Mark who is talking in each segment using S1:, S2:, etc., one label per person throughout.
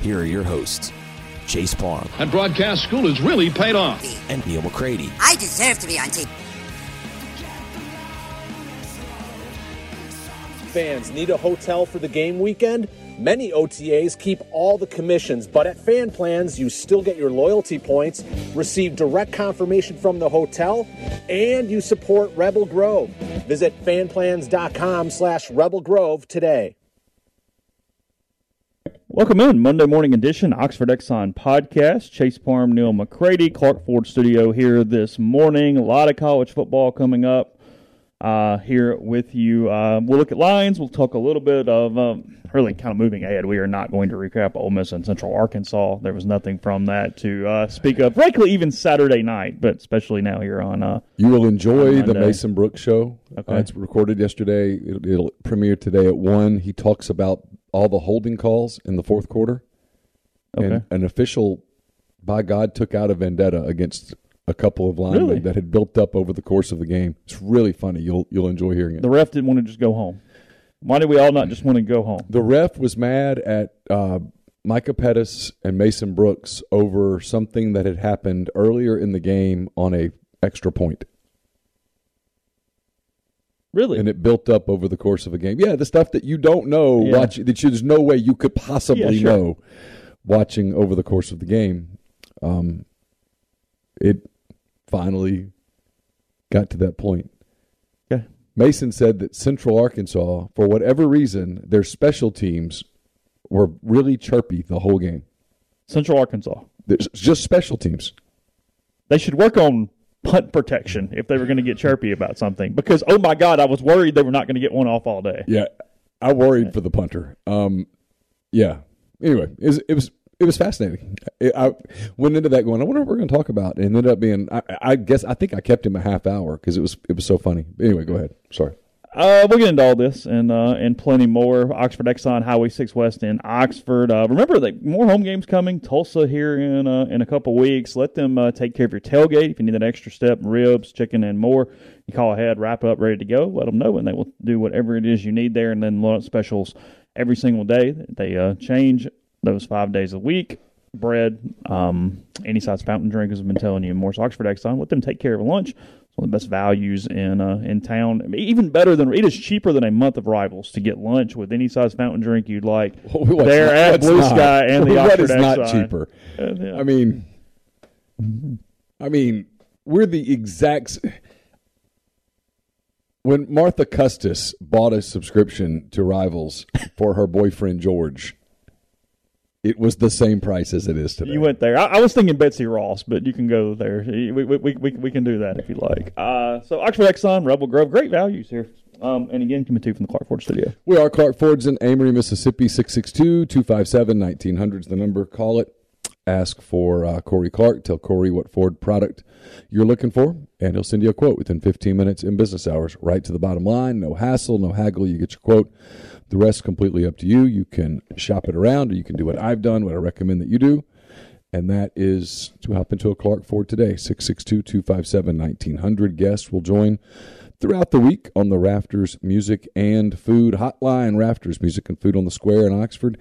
S1: here are your hosts, Chase Palm
S2: That broadcast school has really paid off.
S1: and Neil McCready.
S3: I deserve to be on TV.
S4: Fans need a hotel for the game weekend? Many OTAs keep all the commissions, but at Fan Plans, you still get your loyalty points, receive direct confirmation from the hotel, and you support Rebel Grove. Visit fanplans.com slash Rebel Grove today.
S5: Welcome in, Monday morning edition, Oxford Exxon podcast. Chase Parm, Neil McCready, Clark Ford Studio here this morning. A lot of college football coming up uh, here with you. Uh, we'll look at lines. We'll talk a little bit of um, really kind of moving ahead. We are not going to recap Ole Miss and Central Arkansas. There was nothing from that to uh, speak of, frankly, even Saturday night, but especially now here on uh,
S6: You will enjoy
S5: On
S6: the
S5: Monday.
S6: Mason Brooks show.
S5: Okay.
S6: Uh, it's recorded yesterday. It'll, it'll premiere today at one. He talks about all the holding calls in the fourth quarter. And
S5: Okay.
S6: an official, by God, took out a vendetta against a couple of linemen
S5: Really?
S6: that had built up over the course of the game. It's really funny. You'll you'll enjoy hearing it.
S5: the ref didn't want to just go home. Why did we all not just want to go home?
S6: The ref was mad at uh, Micah Pettis and Mason Brooks over something that had happened earlier in the game on a extra point.
S5: Really?
S6: and it built up over the course of a game. Yeah, the stuff that you don't know
S5: Yeah.
S6: watch that you, there's no way you could possibly
S5: Yeah, sure.
S6: know watching over the course of the game. Um, it finally got to that point.
S5: Okay.
S6: Mason said that Central Arkansas, for whatever reason, their special teams were really chirpy the whole game.
S5: Central Arkansas.
S6: There's just special teams.
S5: they should work on punt protection if they were going to get chirpy about something. Because oh my god, I was worried they were not going to get one off all day.
S6: Yeah, I worried for the punter. Um, yeah. Anyway, it was it was, it was fascinating. I, I went into that going, I wonder what we're going to talk about, and ended up being. I, I guess I think I kept him a half hour because it was it was so funny. Anyway, go ahead. Sorry.
S5: Uh, we'll get into all this and uh, and plenty more. Oxford Exxon Highway Six West in Oxford. Uh, remember that more home games coming. Tulsa here in uh, in a couple weeks. Let them uh, take care of your tailgate if you need that extra step, ribs, chicken, and more. You call ahead, wrap up, ready to go. Let them know, and they will do whatever it is you need there. And then lunch specials every single day. They uh, change those five days a week. Bread, um, any size fountain drink, as I've been telling you, Morse Oxford Exxon. Let them take care of lunch. It's one of the best values in uh, in town. I mean, even better than it is cheaper than a month of Rivals to get lunch with any size fountain drink you'd like.
S6: What's
S5: They're
S6: not-
S5: at
S6: what's
S5: Blue
S6: not?
S5: Sky and the
S6: What
S5: Oxford
S6: is not
S5: Exxon.
S6: cheaper?
S5: Uh, yeah.
S6: I mean, I mean, we're the exact. s- When Martha Custis bought a subscription to Rivals for her boyfriend George, it was the same price as it is today.
S5: You went there. I, I was thinking Betsy Ross, but you can go there. We, we, we, we, we can do that if you like. Uh, so Oxford Exxon, Rebel Grove, great values here. Um, and again, coming to you from the Clark Ford Studio.
S6: We are Clark Ford's in Amory, Mississippi, 662 257 1900 is the number. Call it. Ask for uh, Corey Clark. Tell Corey what Ford product you're looking for, and he'll send you a quote within 15 minutes in business hours, right to the bottom line. No hassle, no haggle. You get your quote. The rest completely up to you. You can shop it around, or you can do what I've done, what I recommend that you do. And that is to hop into a Clark Ford today, 662 257 1900. Guests will join throughout the week on the Rafters Music and Food Hotline. Rafters Music and Food on the Square in Oxford.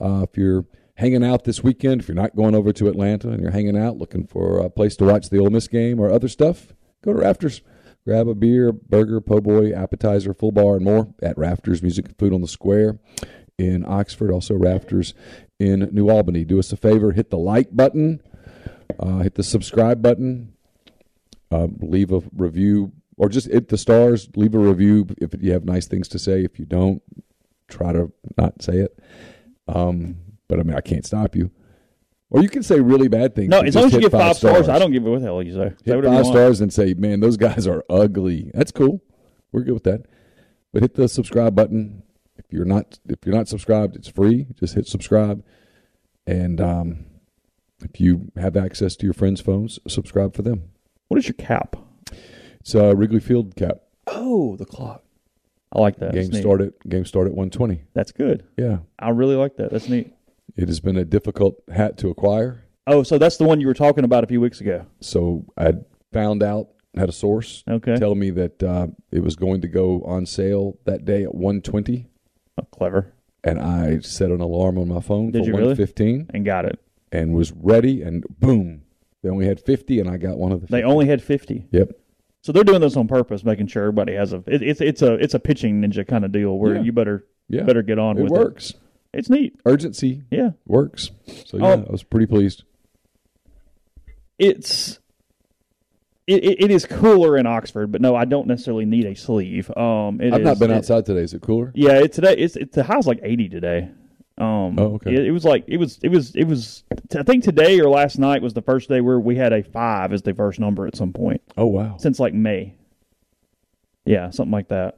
S6: Uh, if you're hanging out this weekend, if you're not going over to Atlanta and you're hanging out looking for a place to watch the Ole Miss game or other stuff, go to Rafters. Grab a beer, burger, po' boy, appetizer, full bar, and more at Rafters Music and Food on the Square in Oxford. Also, Rafters in New Albany. Do us a favor, hit the like button, uh, hit the subscribe button, uh, leave a review, or just hit the stars, leave a review if you have nice things to say. If you don't, try to not say it. Um, but I mean, I can't stop you. Or you can say really bad things.
S5: No,
S6: but
S5: as long
S6: just
S5: as you
S6: hit
S5: get five stars, I don't give a what the hell you say. say
S6: hit
S5: whatever you
S6: five
S5: want.
S6: stars and say, "Man, those guys are ugly." That's cool. We're good with that. But hit the subscribe button. If you're not if you're not subscribed, it's free. Just hit subscribe. And um, if you have access to your friends' phones, subscribe for them.
S5: What is your cap?
S6: It's uh, Wrigley Field cap. Oh, the clock.
S5: I like that. That's
S6: game
S5: neat.
S6: start at game start at one twenty.
S5: That's good.
S6: Yeah,
S5: I really like that. That's neat.
S6: it has been a difficult hat to acquire.
S5: Oh, so that's the one you were talking about a few weeks ago.
S6: So I found out had a source
S5: Okay.
S6: tell me that uh, it was going to go on sale that day at one twenty.
S5: Oh, clever.
S6: and I set an alarm on my phone
S5: Did
S6: for
S5: you really?
S6: 115
S5: And got it.
S6: and was ready and boom. They only had 50 and I got one of the
S5: They only had fifty.
S6: Yep.
S5: So they're doing this on purpose, making sure everybody has a. It, it's it's a it's a pitching ninja kind of deal where
S6: Yeah.
S5: you better
S6: Yeah.
S5: better get on
S6: It
S5: with
S6: works.
S5: it. It's neat.
S6: Urgency
S5: Yeah.
S6: works. So yeah,
S5: Oh.
S6: I was pretty pleased.
S5: it's it, it, it is cooler in Oxford, but no, I don't necessarily need a sleeve. Um, it
S6: I've
S5: is-
S6: not been
S5: it-
S6: outside today. Is it cooler?
S5: yeah, it, today it's it's the high's like eighty today. Um,
S6: Oh, okay.
S5: It, it was like it was it was it was. I think today or last night was the first day where we had a five as the first number at some point
S6: Oh wow.
S5: since like May. Yeah, something like that.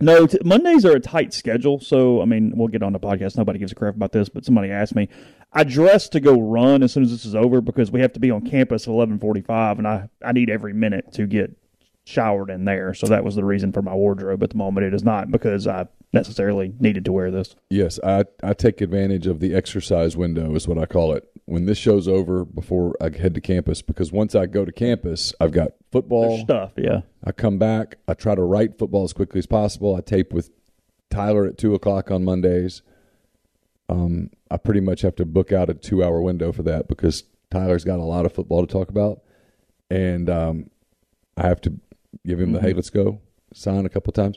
S5: No, t- Mondays are a tight schedule, so I mean, we'll get on the podcast. Nobody gives a crap about this, but somebody asked me. I dress to go run as soon as this is over because we have to be on campus at eleven forty-five, and I I need every minute to get showered in there. So that was the reason for my wardrobe at the moment. It is not because I necessarily needed to wear this.
S6: Yes, I, I take advantage of the exercise window is what I call it. When this show's over before I head to campus because once I go to campus, I've got football,
S5: Stuff, yeah.
S6: I come back. I try to write football as quickly as possible. I tape with Tyler at two o'clock on Mondays. Um, I pretty much have to book out a two-hour window for that because Tyler's got a lot of football to talk about, and um, I have to give him the "Hey, let's go" sign a couple times,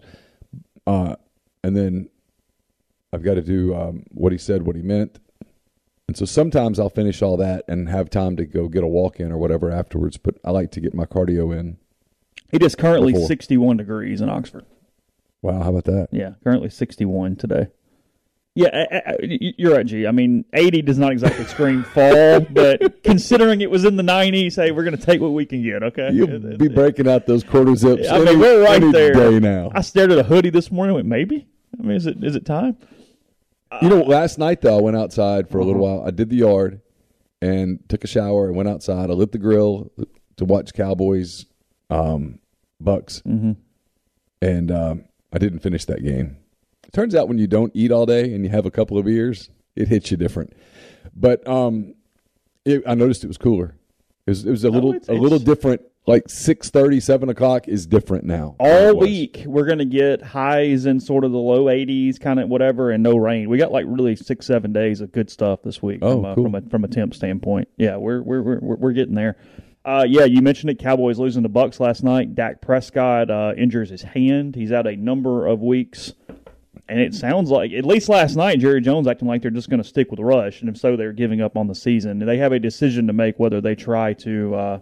S6: uh, and then I've got to do um, what he said, what he meant, and so sometimes I'll finish all that and have time to go get a walk in or whatever afterwards. But I like to get my cardio in.
S5: It is currently
S6: Before.
S5: sixty-one degrees in Oxford.
S6: Wow, how about that?
S5: Yeah, currently 61 today. Yeah, I, I- I- y- you're right, G. I mean, 80 does not exactly scream fall, but considering it was in the 90s, hey, we're going to take what we can get, okay?
S6: You'll be breaking out those quarter zips.
S5: I
S6: any-
S5: mean, we're right
S6: any
S5: there.
S6: day now.
S5: I stared at a hoodie this morning and went, maybe? I mean, is it is it time?
S6: you know, last night though, I went outside for a little
S5: Mm-hmm.
S6: while. I did the yard and took a shower and went outside. I lit the grill to watch Cowboys, um, Bucks,
S5: Mm-hmm.
S6: and um, I didn't finish that game. Turns out when you don't eat all day and you have a couple of beers, it hits you different. But um, it, I noticed it was cooler. It was, it was a little
S5: it's-
S6: a little
S5: it's-
S6: different. Like 6.30, 7 o'clock is different now. than it
S5: All
S6: was.
S5: week, we're going to get highs in sort of the low 80s, kind of whatever, and no rain. We got like really six, seven days of good stuff this week
S6: Oh,
S5: from, a,
S6: cool.
S5: from, a, from a temp standpoint. Yeah, we're, we're, we're, we're we're getting there. Uh, yeah, you mentioned it. Cowboys losing to Bucks last night. Dak Prescott uh, injures his hand. He's out a number of weeks. And it sounds like, at least last night, Jerry Jones acting like they're just going to stick with Rush. And if so, they're giving up on the season. And they have a decision to make whether they try to. Uh,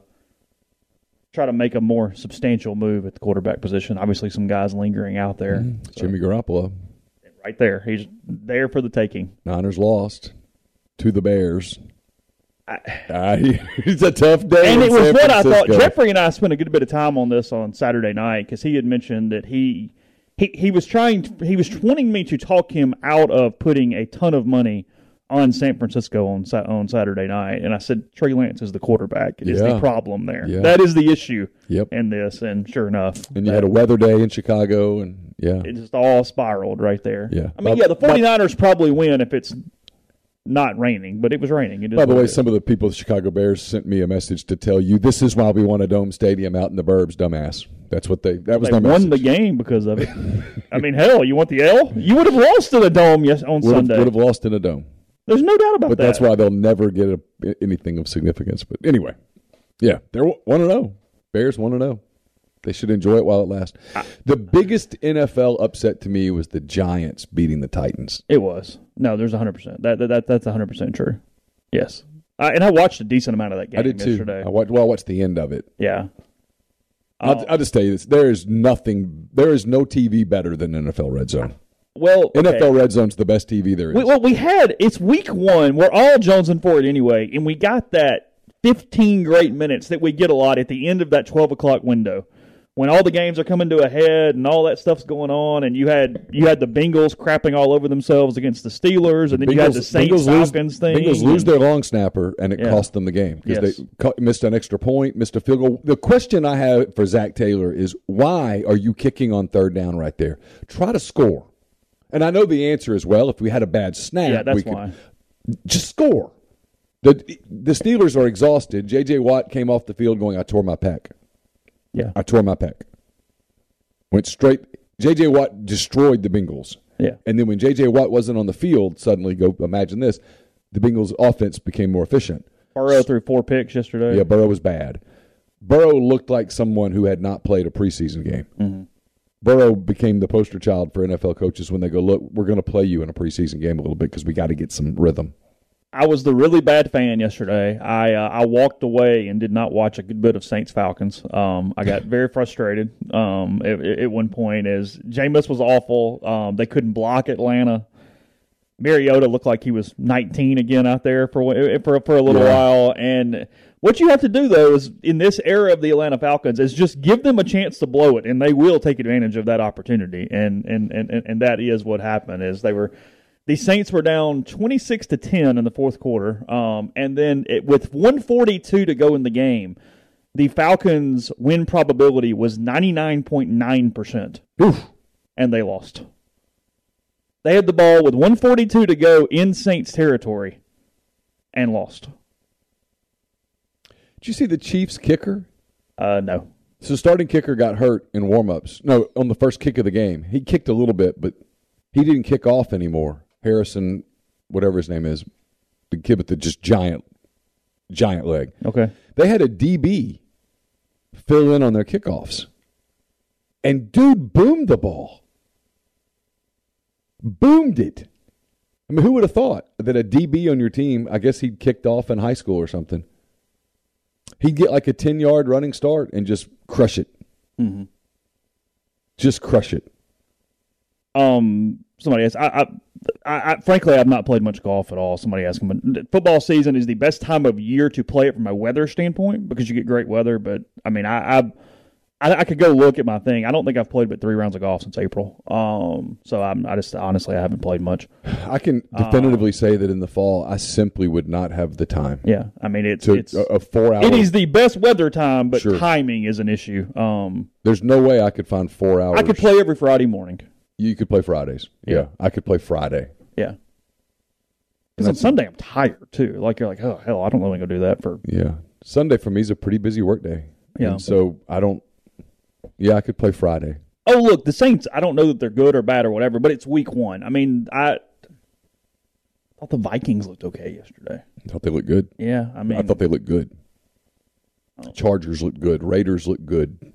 S5: Try to make a more substantial move at the quarterback position. Obviously, some guys lingering out there,
S6: Jimmy Garoppolo.
S5: right there. He's there for the taking.
S6: Niners lost to the Bears. I, it's a tough day.
S5: and
S6: in
S5: it was
S6: San
S5: what I thought.
S6: Francisco.
S5: Jeffrey and I spent a good bit of time on this on Saturday night because he had mentioned that he he he was trying he was wanting me to talk him out of putting a ton of money on San Francisco on Sa- on Saturday night, and I said Trey Lance is the quarterback is
S6: Yeah.
S5: the problem there.
S6: Yeah.
S5: That is the issue.
S6: Yep.
S5: In this, and sure enough,
S6: And you had a weather day in Chicago, and yeah,
S5: it just all spiraled right there.
S6: Yeah.
S5: I mean,
S6: By-
S5: yeah, the 49ers probably win if it's not raining, but it was raining. It is
S6: By the
S5: what it
S6: way,
S5: is.
S6: some of the people at the Chicago Bears sent me a message to tell you this is why we want a dome stadium out in the burbs, dumbass. That's what they. That was
S5: They
S6: my
S5: won
S6: message.
S5: the game because of it. I mean, hell, you want the L? You would have lost to the Dome yes on
S6: Would have,
S5: Sunday.
S6: would have lost in a dome,
S5: There's no doubt about
S6: but
S5: that.
S6: that's why they'll never get a, anything of significance. But anyway, yeah, they're one and zero. Bears one and zero. They should enjoy it while it lasts. The biggest NFL upset to me was the Giants beating the Titans.
S5: It was. No, there's 100%. That, that, that That's 100% true. Yes. I, and I watched a decent amount of that game
S6: I did too.
S5: yesterday. Oh.
S6: I watched, well, I watched the end of it.
S5: yeah.
S6: I'll, I'll just tell you this: there is nothing, there is no TV better than NFL Red Zone.
S5: Well, okay.
S6: NFL Red Zone's the best TV there is.
S5: We, well, we had it's week one. We're all jonesing for it anyway, and we got that 15 great minutes that we get a lot at the end of that 12 o'clock window, when all the games are coming to a head and all that stuff's going on. And you had you had the Bengals crapping all over themselves against the Steelers, and then you had the Saints
S6: lose,
S5: Falcons thing.
S6: Bengals lose
S5: and-
S6: their long snapper, and it
S5: Yeah.
S6: cost them the game because
S5: Yes.
S6: they cut, missed an extra point, missed a field goal. The question I have for Zach Taylor is why are you kicking on third down right there? Try to score. And I know the answer is well. If we had a bad snap,
S5: yeah, that's
S6: we could-
S5: why.
S6: just score. The the Steelers are exhausted. J.J. Watt came off the field going, "I tore my pec.
S5: Yeah.
S6: I tore my pec." Went straight. J.J. Watt destroyed the Bengals.
S5: Yeah.
S6: And then when J.J. Watt wasn't on the field, suddenly go imagine this: the Bengals' offense became more efficient.
S5: Burrow threw four picks yesterday.
S6: Yeah, Burrow was bad. Burrow looked like someone who had not played a preseason game. Burrow became the poster child for NFL coaches when they go, "Look, we're going to play you in a preseason game a little bit because we got to get some rhythm."
S5: I was the really bad fan yesterday. I uh, I walked away and did not watch a good bit of Saints Falcons. Um, I got very frustrated. Um, at, at one point, as Jameis was awful. Um, they couldn't block Atlanta. Mariota looked like he was 19 again out there for a- for for a little while. And what you have to do though is in this era of the Atlanta Falcons is just give them a chance to blow it, and they will take advantage of that opportunity. And and and and, and that is what happened is they were. The Saints were down 26 to 10 in the fourth quarter, um, and then it, with 142 to go in the game, the Falcons' win probability was 99.9 percent, and they lost. They had the ball with 142 to go in Saints territory and lost.
S6: Did you see the Chiefs kicker?
S5: Uh, no.
S6: So starting kicker got hurt in warm-ups. No, on the first kick of the game. He kicked a little bit, but he didn't kick off anymore. Harrison, whatever his name is, the kid with the just giant giant leg.
S5: Okay.
S6: They had a DB fill in on their kickoffs. And dude boomed the ball. Boomed it. I mean, who would have thought that a DB on your team, I guess he'd kicked off in high school or something. He'd get like a 10 yard running start and just crush it.
S5: Mm-hmm.
S6: Just crush it.
S5: Um, somebody asked. I, I, I, I, frankly, I've not played much golf at all. Somebody asked me. Football season is the best time of year to play it from a weather standpoint because you get great weather. But I mean, I, I, I, I could go look at my thing. I don't think I've played but three rounds of golf since April. Um, so I'm, I just honestly I haven't played much.
S6: I can
S5: Ah.
S6: definitively say that in the fall, I simply would not have the time
S5: Yeah, I mean it's
S6: to
S5: it's
S6: a, a four hour.
S5: it is the best weather time, but
S6: Sure.
S5: timing is an issue. Um,
S6: There's no way I could find four hours.
S5: I could play every Friday morning.
S6: You could play Fridays. Yeah,
S5: Yeah.
S6: I could play Friday.
S5: Yeah. Because on Sunday I'm tired too. Like you're like, oh hell, I don't want to go do that for.
S6: Yeah, Sunday for me is a pretty busy work day.
S5: Yeah.
S6: And so I don't. Yeah, I could play Friday.
S5: Oh look, the Saints. I don't know that they're good or bad or whatever, but it's week one. I mean, I thought the Vikings looked okay yesterday.
S6: I thought they looked good.
S5: Yeah, I mean,
S6: I thought they looked good.
S5: Oh.
S6: Chargers looked good. Raiders looked good.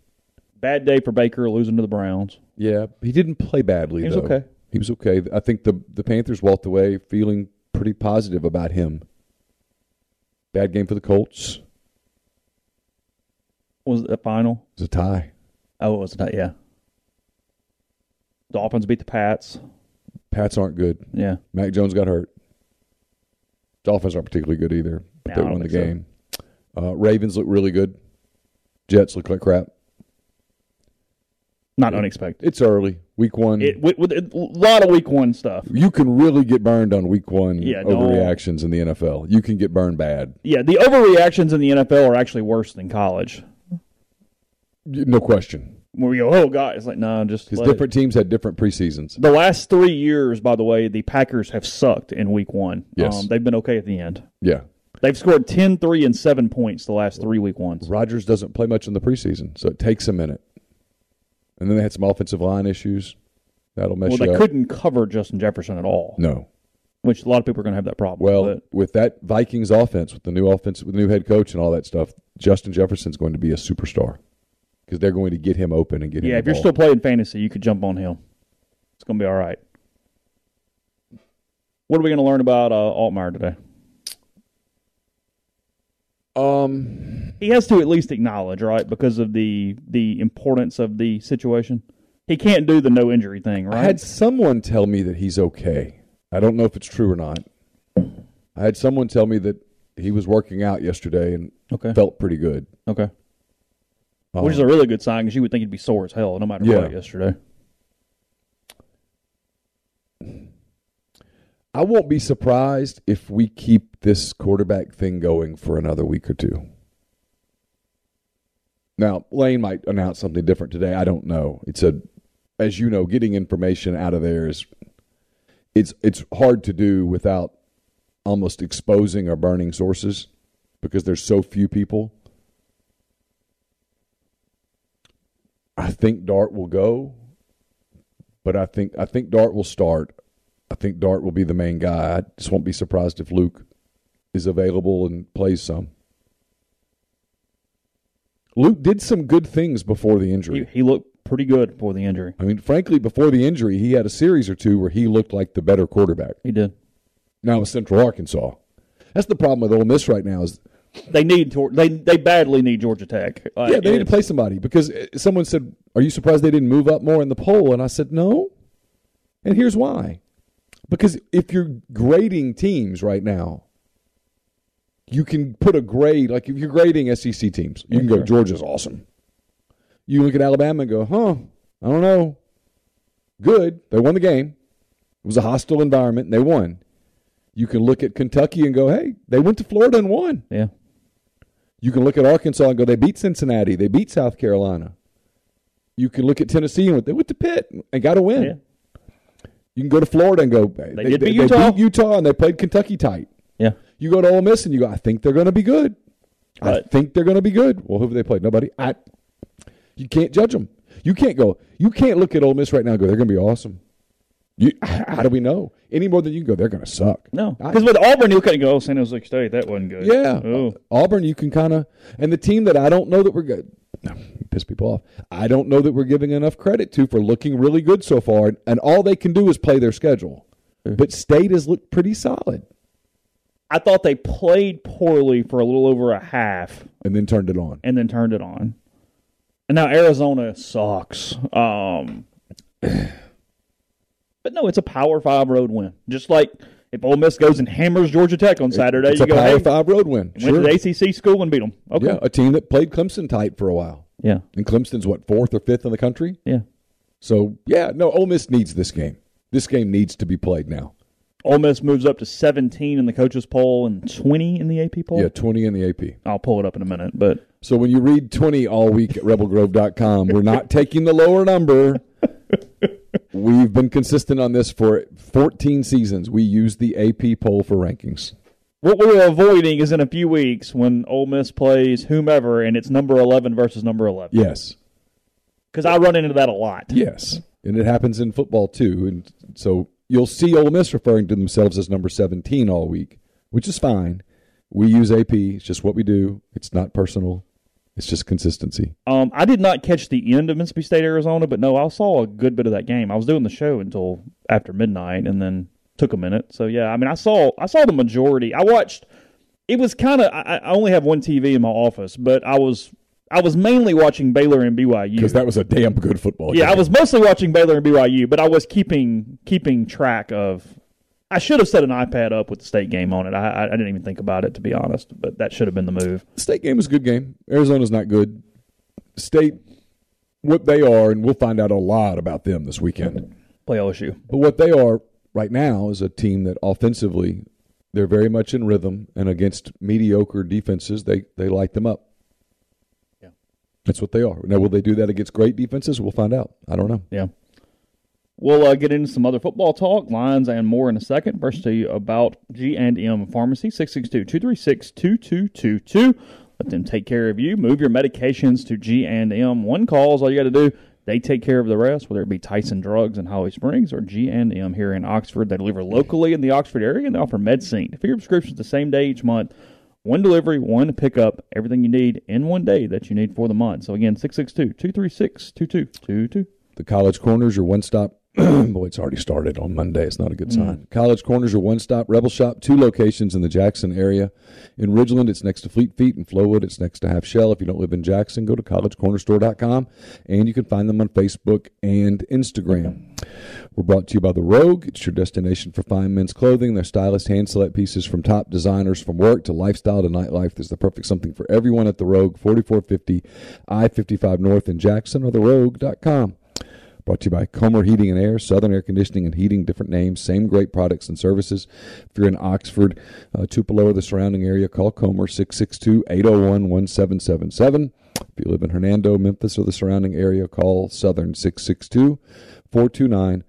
S5: bad day for Baker losing to the Browns.
S6: Yeah, he didn't play badly.
S5: He was
S6: though.
S5: okay.
S6: He was okay. I think the the Panthers walked away feeling pretty positive about him. Bad game for the Colts. It
S5: Was it the final?
S6: was a tie.
S5: Oh, it was not. Yeah. Dolphins beat the Pats.
S6: Pats aren't good.
S5: Yeah.
S6: Mac Jones got hurt. Dolphins aren't particularly good either, but
S5: No,
S6: they
S5: I don't
S6: won the
S5: think so.
S6: game. Uh, Ravens look really good. Jets look like crap.
S5: Not unexpected.
S6: It's early, week one.
S5: It with, with a lot of week one stuff.
S6: you can really get burned on week one
S5: Yeah, don't-
S6: overreactions in the NFL. You can get burned bad,
S5: Yeah, the overreactions in the NFL are actually worse than college.
S6: Y- no question.
S5: Where we go, oh god, it's like no, just
S6: Because
S5: let it-
S6: different teams had different preseasons.
S5: The last three years, by the way, the Packers have sucked in week one. Um,
S6: Yes.
S5: they've been okay at the end.
S6: Yeah,
S5: They've scored 10, 3, and 7 points the last three week ones.
S6: Rodgers doesn't play much in the preseason, so it takes a minute. And then they had some offensive line issues. That'll mess
S5: Well,
S6: you
S5: they
S6: up.
S5: couldn't cover Justin Jefferson at all,
S6: No.
S5: which a lot of people are going to have that problem.
S6: Well,
S5: but
S6: with that Vikings offense, with the new offense, with the new head coach and all that stuff, Justin Jefferson's going to be a superstar because they're going to get him open and get him.
S5: yeah,
S6: the
S5: if you're
S6: ball.
S5: still playing fantasy, you could jump on him. It's going to be all right. What are we going to learn about uh, Altmaier today?
S6: um,
S5: He has to at least acknowledge, right, because of the the importance of the situation. He can't do the no injury thing,
S6: I
S5: right?
S6: had someone tell me that he's okay. I don't know if it's true or not. I had someone tell me that he was working out yesterday and
S5: okay,
S6: felt pretty good. Um,
S5: okay, which is a really good sign because you would think he'd be sore as hell no matter
S6: Oh. Yeah.
S5: what yesterday.
S6: I won't be surprised if we keep this quarterback thing going for another week or two. Now, Lane might announce something different today. I don't know. It's a as you know, getting information out of there is it's it's hard to do without almost exposing or burning sources because there's so few people. I think Dart will go, but I think I think Dart will start. I think Dart will be the main guy. I just won't be surprised if Luke is available and plays some. Luke did some good things before the injury.
S5: He, he looked pretty good before the injury.
S6: I mean, frankly, before the injury, he had a series or two where he looked like the better quarterback.
S5: He did.
S6: Now with Central Arkansas, that's the problem with Ole Miss right now. Is
S5: They need Tor- they they badly need Georgia Tech. uh, Like,
S6: yeah, they need to
S5: it's-
S6: play somebody because uh, someone said, "Are you surprised they didn't move up more in the poll?" And I said, "No," and here's why: because if you're grading teams right now, you can put a grade like if you're grading SEC teams, you can go Georgia's awesome. You look at Alabama and go, "Huh, I don't know." Good, they won the game. It was a hostile environment, and they won. You can look at Kentucky and go, "Hey, they went to Florida and won."
S5: Yeah,
S6: You can look at Arkansas and go, they beat Cincinnati, they beat South Carolina. You can look at Tennessee and they went to Pitt and got a win.
S5: yeah,
S6: You can go to Florida and go, they,
S5: did beat Utah.
S6: beat Utah and they played Kentucky tight.
S5: yeah.
S6: You go to Ole Miss and you go, I think they're going to be good. I
S5: Right.
S6: think they're going to be good. Well, who have they played? Nobody. I. You can't judge them. You can't go. You can't look at Ole Miss right now and go, they're going to be awesome. You, how do we know any more than you can go? They're going to suck.
S5: No,
S6: I-
S5: because with Auburn, you couldn't go. Oh, San Jose State, that wasn't good.
S6: Yeah,
S5: Oh,
S6: Auburn. You can kind of and the team that I don't know that we're good. Piss people off. I don't know that we're giving enough credit to for looking really good so far, and, and all they can do is play their schedule. But State has looked pretty solid,
S5: I thought they played poorly for a little over a half,
S6: and then turned it on.
S5: and then turned it on. And now Arizona sucks. Um, but no, it's a Power Five road win. Just like if Ole Miss goes and hammers Georgia Tech on Saturday,
S6: it's
S5: you
S6: a
S5: go hey,
S6: power five road win.
S5: went to the ACC school and beat them. Okay,
S6: Yeah, a team that played Clemson tight for a while,
S5: yeah,
S6: and Clemson's what fourth or fifth in the country.
S5: yeah.
S6: So yeah, no, Ole Miss needs this game. This game needs to be played now.
S5: Ole Miss moves up to 17 in the coaches poll and 20 in the AP poll.
S6: Yeah, twenty in the AP.
S5: I'll pull it up in a minute, but
S6: So when you read 20 all week at rebelgrove.com, we're not taking the lower number. We've been consistent on this for 14 seasons. We use the AP poll for rankings.
S5: what we're avoiding is in a few weeks when Ole Miss plays whomever and it's number 11 versus number 11
S6: Yes.
S5: because I run into that a lot.
S6: Yes. And it happens in football too. And so you'll see Ole Miss referring to themselves as number 17 all week, which is fine. We use AP. It's just what we do. It's not personal. It's just consistency.
S5: Um, I did not catch the end of Mississippi State Arizona, but no, I saw a good bit of that game. I was doing the show until after midnight, and then took a minute. So yeah, I mean, I saw I saw the majority. I watched. It was kind of. I, I only have one TV in my office, but I was I was mainly watching Baylor and BYU
S6: Because that was a damn good football
S5: yeah,
S6: game.
S5: I was mostly watching Baylor and BYU, but I was keeping keeping track of. I should have set an iPad up with the state game on it. I, I- I didn't even think about it to be honest, but that should have been the move.
S6: State game is a good game. Arizona's not good. State, what they are, and we'll find out a lot about them this weekend.
S5: Play LSU.
S6: But what they are right now is a team that offensively, they're very much in rhythm, and against mediocre defenses, they, they light them up.
S5: Yeah.
S6: That's what they are. Now, will they do that against great defenses? We'll find out. I don't know.
S5: Yeah. We'll uh, get into some other football talk, lines, and more in a second. First to you about G&M Pharmacy, 662-236-2222. Let them take care of you. Move your medications to G&M. One call is all you got to do. They take care of the rest, whether it be Tyson Drugs in Holly Springs or G&M here in Oxford. They deliver locally in the Oxford area and they offer MedSync. If your prescriptions the same day each month, one delivery, one pickup, everything you need in one day that you need for the month. So again, 662-236-2222.
S6: The College Corners, your one stop. Boy, it's already started on Monday. It's not a good sign. College Corners, your one stop rebel shop. Two locations in the Jackson area. In Ridgeland, it's next to Fleet Feet. In Flowwood, it's next to Half Shell. If you don't live in Jackson, go to collegecornerstore.com and you can find them on Facebook and Instagram. We're brought to you by The Rogue. It's your destination for fine men's clothing. Their stylist hand select pieces from top designers from work to lifestyle to nightlife. There's the perfect something for everyone at The Rogue, 4450 I 55 North in Jackson or TheRogue.com. Brought to you by Comer Heating and Air, Southern Air Conditioning and Heating, different names, same great products and services. If you're in Oxford, uh, Tupelo, or the surrounding area, call Comer 662 801 1777. If you live in Hernando, Memphis, or the surrounding area, call Southern 662 429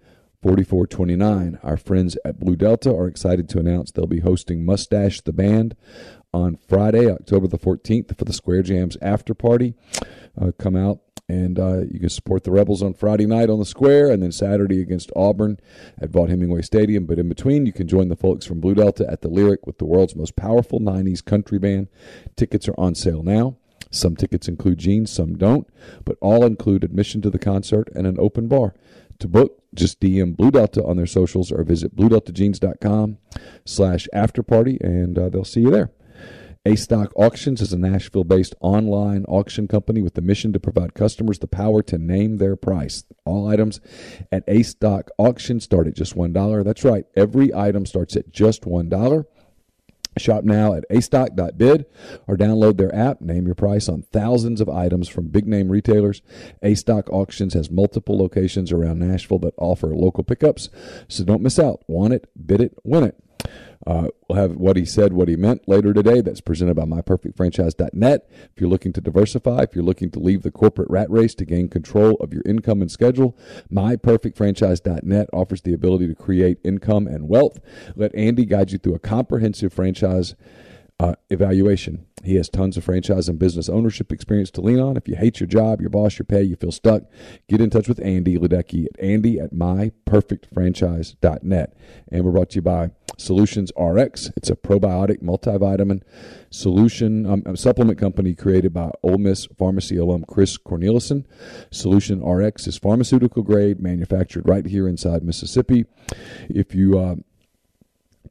S6: 4429. Our friends at Blue Delta are excited to announce they'll be hosting Mustache the Band on Friday, October the 14th, for the Square Jams after party. Uh, come out and uh, you can support the Rebels on Friday night on the Square and then Saturday against Auburn at Vaught Hemingway Stadium. But in between, you can join the folks from Blue Delta at the Lyric with the world's most powerful 90s country band. Tickets are on sale now. Some tickets include jeans, some don't, but all include admission to the concert and an open bar. To book, just DM Blue Delta on their socials or visit bluedeltajeans.com slash afterparty, and uh, they'll see you there. A Stock Auctions is a Nashville based online auction company with the mission to provide customers the power to name their price. All items at A Stock Auction start at just $1. That's right, every item starts at just $1. Shop now at astock.bid or download their app. Name your price on thousands of items from big name retailers. Astock Auctions has multiple locations around Nashville that offer local pickups, so don't miss out. Want it, bid it, win it. Uh, we'll have what he said, what he meant later today. That's presented by myperfectfranchise.net. If you're looking to diversify, if you're looking to leave the corporate rat race to gain control of your income and schedule, myperfectfranchise.net offers the ability to create income and wealth. Let Andy guide you through a comprehensive franchise uh, evaluation. He has tons of franchise and business ownership experience to lean on. If you hate your job, your boss, your pay, you feel stuck, get in touch with Andy Ledecky at andy at myperfectfranchise.net. And we're brought to you by Solutions RX. It's a probiotic multivitamin solution um, um, supplement company created by Ole Miss pharmacy alum Chris Cornelison. Solution RX is pharmaceutical grade, manufactured right here inside Mississippi. If you uh,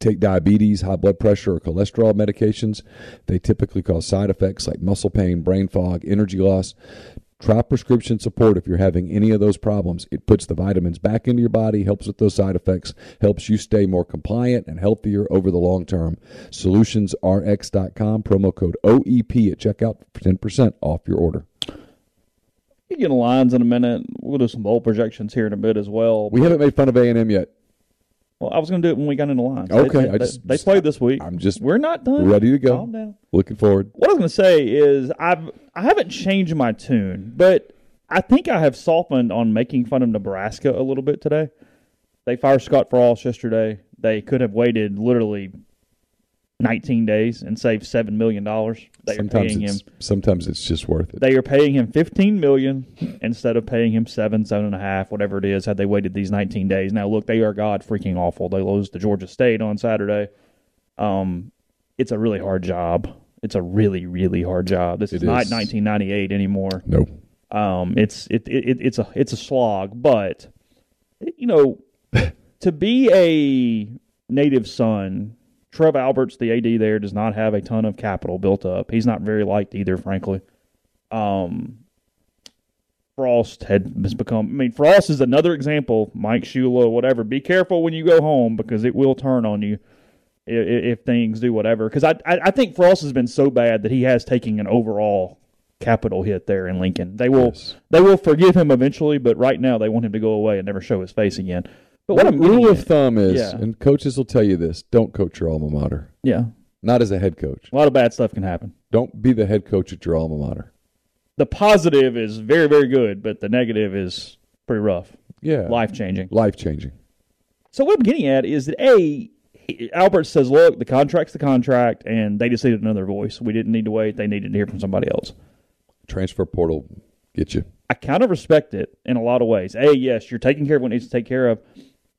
S6: take diabetes, high blood pressure, or cholesterol medications. They typically cause side effects like muscle pain, brain fog, energy loss. Try prescription support if you're having any of those problems. It puts the vitamins back into your body, helps with those side effects, helps you stay more compliant and healthier over the long term. SolutionsRx.com, promo code OEP at checkout for 10% off your order.
S5: You get lines in a minute. We'll do some bowl projections here in a bit as well.
S6: We haven't made fun of A&M yet.
S5: well, I was going to do it when we got into lines.
S6: Okay,
S5: They, they,
S6: I just-
S5: they played this week.
S6: I'm just
S5: We're not done.
S6: ready to go.
S5: Calm down.
S6: Looking forward.
S5: What I was going to say is I've I haven't changed my tune, but I think I have softened on making fun of Nebraska a little bit today. They fired Scott Frost yesterday. They could have waited literally 19 days and saved seven million dollars. They are
S6: Sometimes
S5: paying him.
S6: it's, sometimes it's just worth it.
S5: They are paying him 15 million instead of paying him seven, seven and a half, whatever it is. Had they waited these 19 days, now look, they are god freaking awful. They lose to Georgia State on Saturday. Um, it's a really hard job. It's a really, really hard job. This is
S6: It
S5: not
S6: is.
S5: 1998 anymore.
S6: No.
S5: Um, it's it, it, it it's a it's a slog, but you know, to be a native son, Trev Alberts, the AD there, does not have a ton of capital built up. He's not very liked either, frankly. Um, Frost had has become. I mean, Frost is another example. Mike Shula, whatever. Be careful when you go home because it will turn on you if, if things do whatever. Because I, I I think Frost has been so bad that he has taken an overall capital hit there in Lincoln. They will they will forgive him eventually, but right now they want him to go away and never show his face again. But what I'm getting
S6: rule
S5: at-
S6: of thumb is,
S5: Yeah.
S6: and coaches will tell you this: don't coach your alma mater.
S5: yeah,
S6: Not as a head coach.
S5: a lot of bad stuff can happen.
S6: Don't be the head coach at your alma mater.
S5: The positive is very very good, but the negative is pretty rough,
S6: Yeah,
S5: life changing.
S6: life changing.
S5: So what I'm getting at is that a he- Albert says, "Look, the contract's the contract, and they just needed another voice. We didn't need to wait. They needed to hear from somebody else."
S6: Transfer portal Get you.
S5: I kind of respect it in a lot of ways. A, yes, you're taking care of what needs to take care of.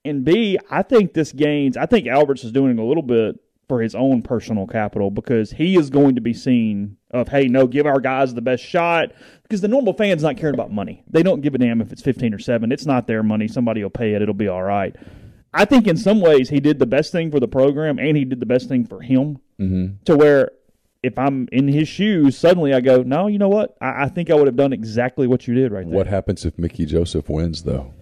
S5: And B, I think this gains, I think Alberts is doing a little bit for his own personal capital because he is going to be seen of, hey, no, give our guys the best shot. Because the normal fan's not caring about money. They don't give a damn if it's 15 or 7. It's not their money. Somebody will pay it. It'll be all right. I think in some ways he did the best thing for the program and he did the best thing for him to where if I'm in his shoes, suddenly I go, no, you know what? I, I think I would have done exactly what you did right there.
S6: What happens if Mickey Joseph wins, though?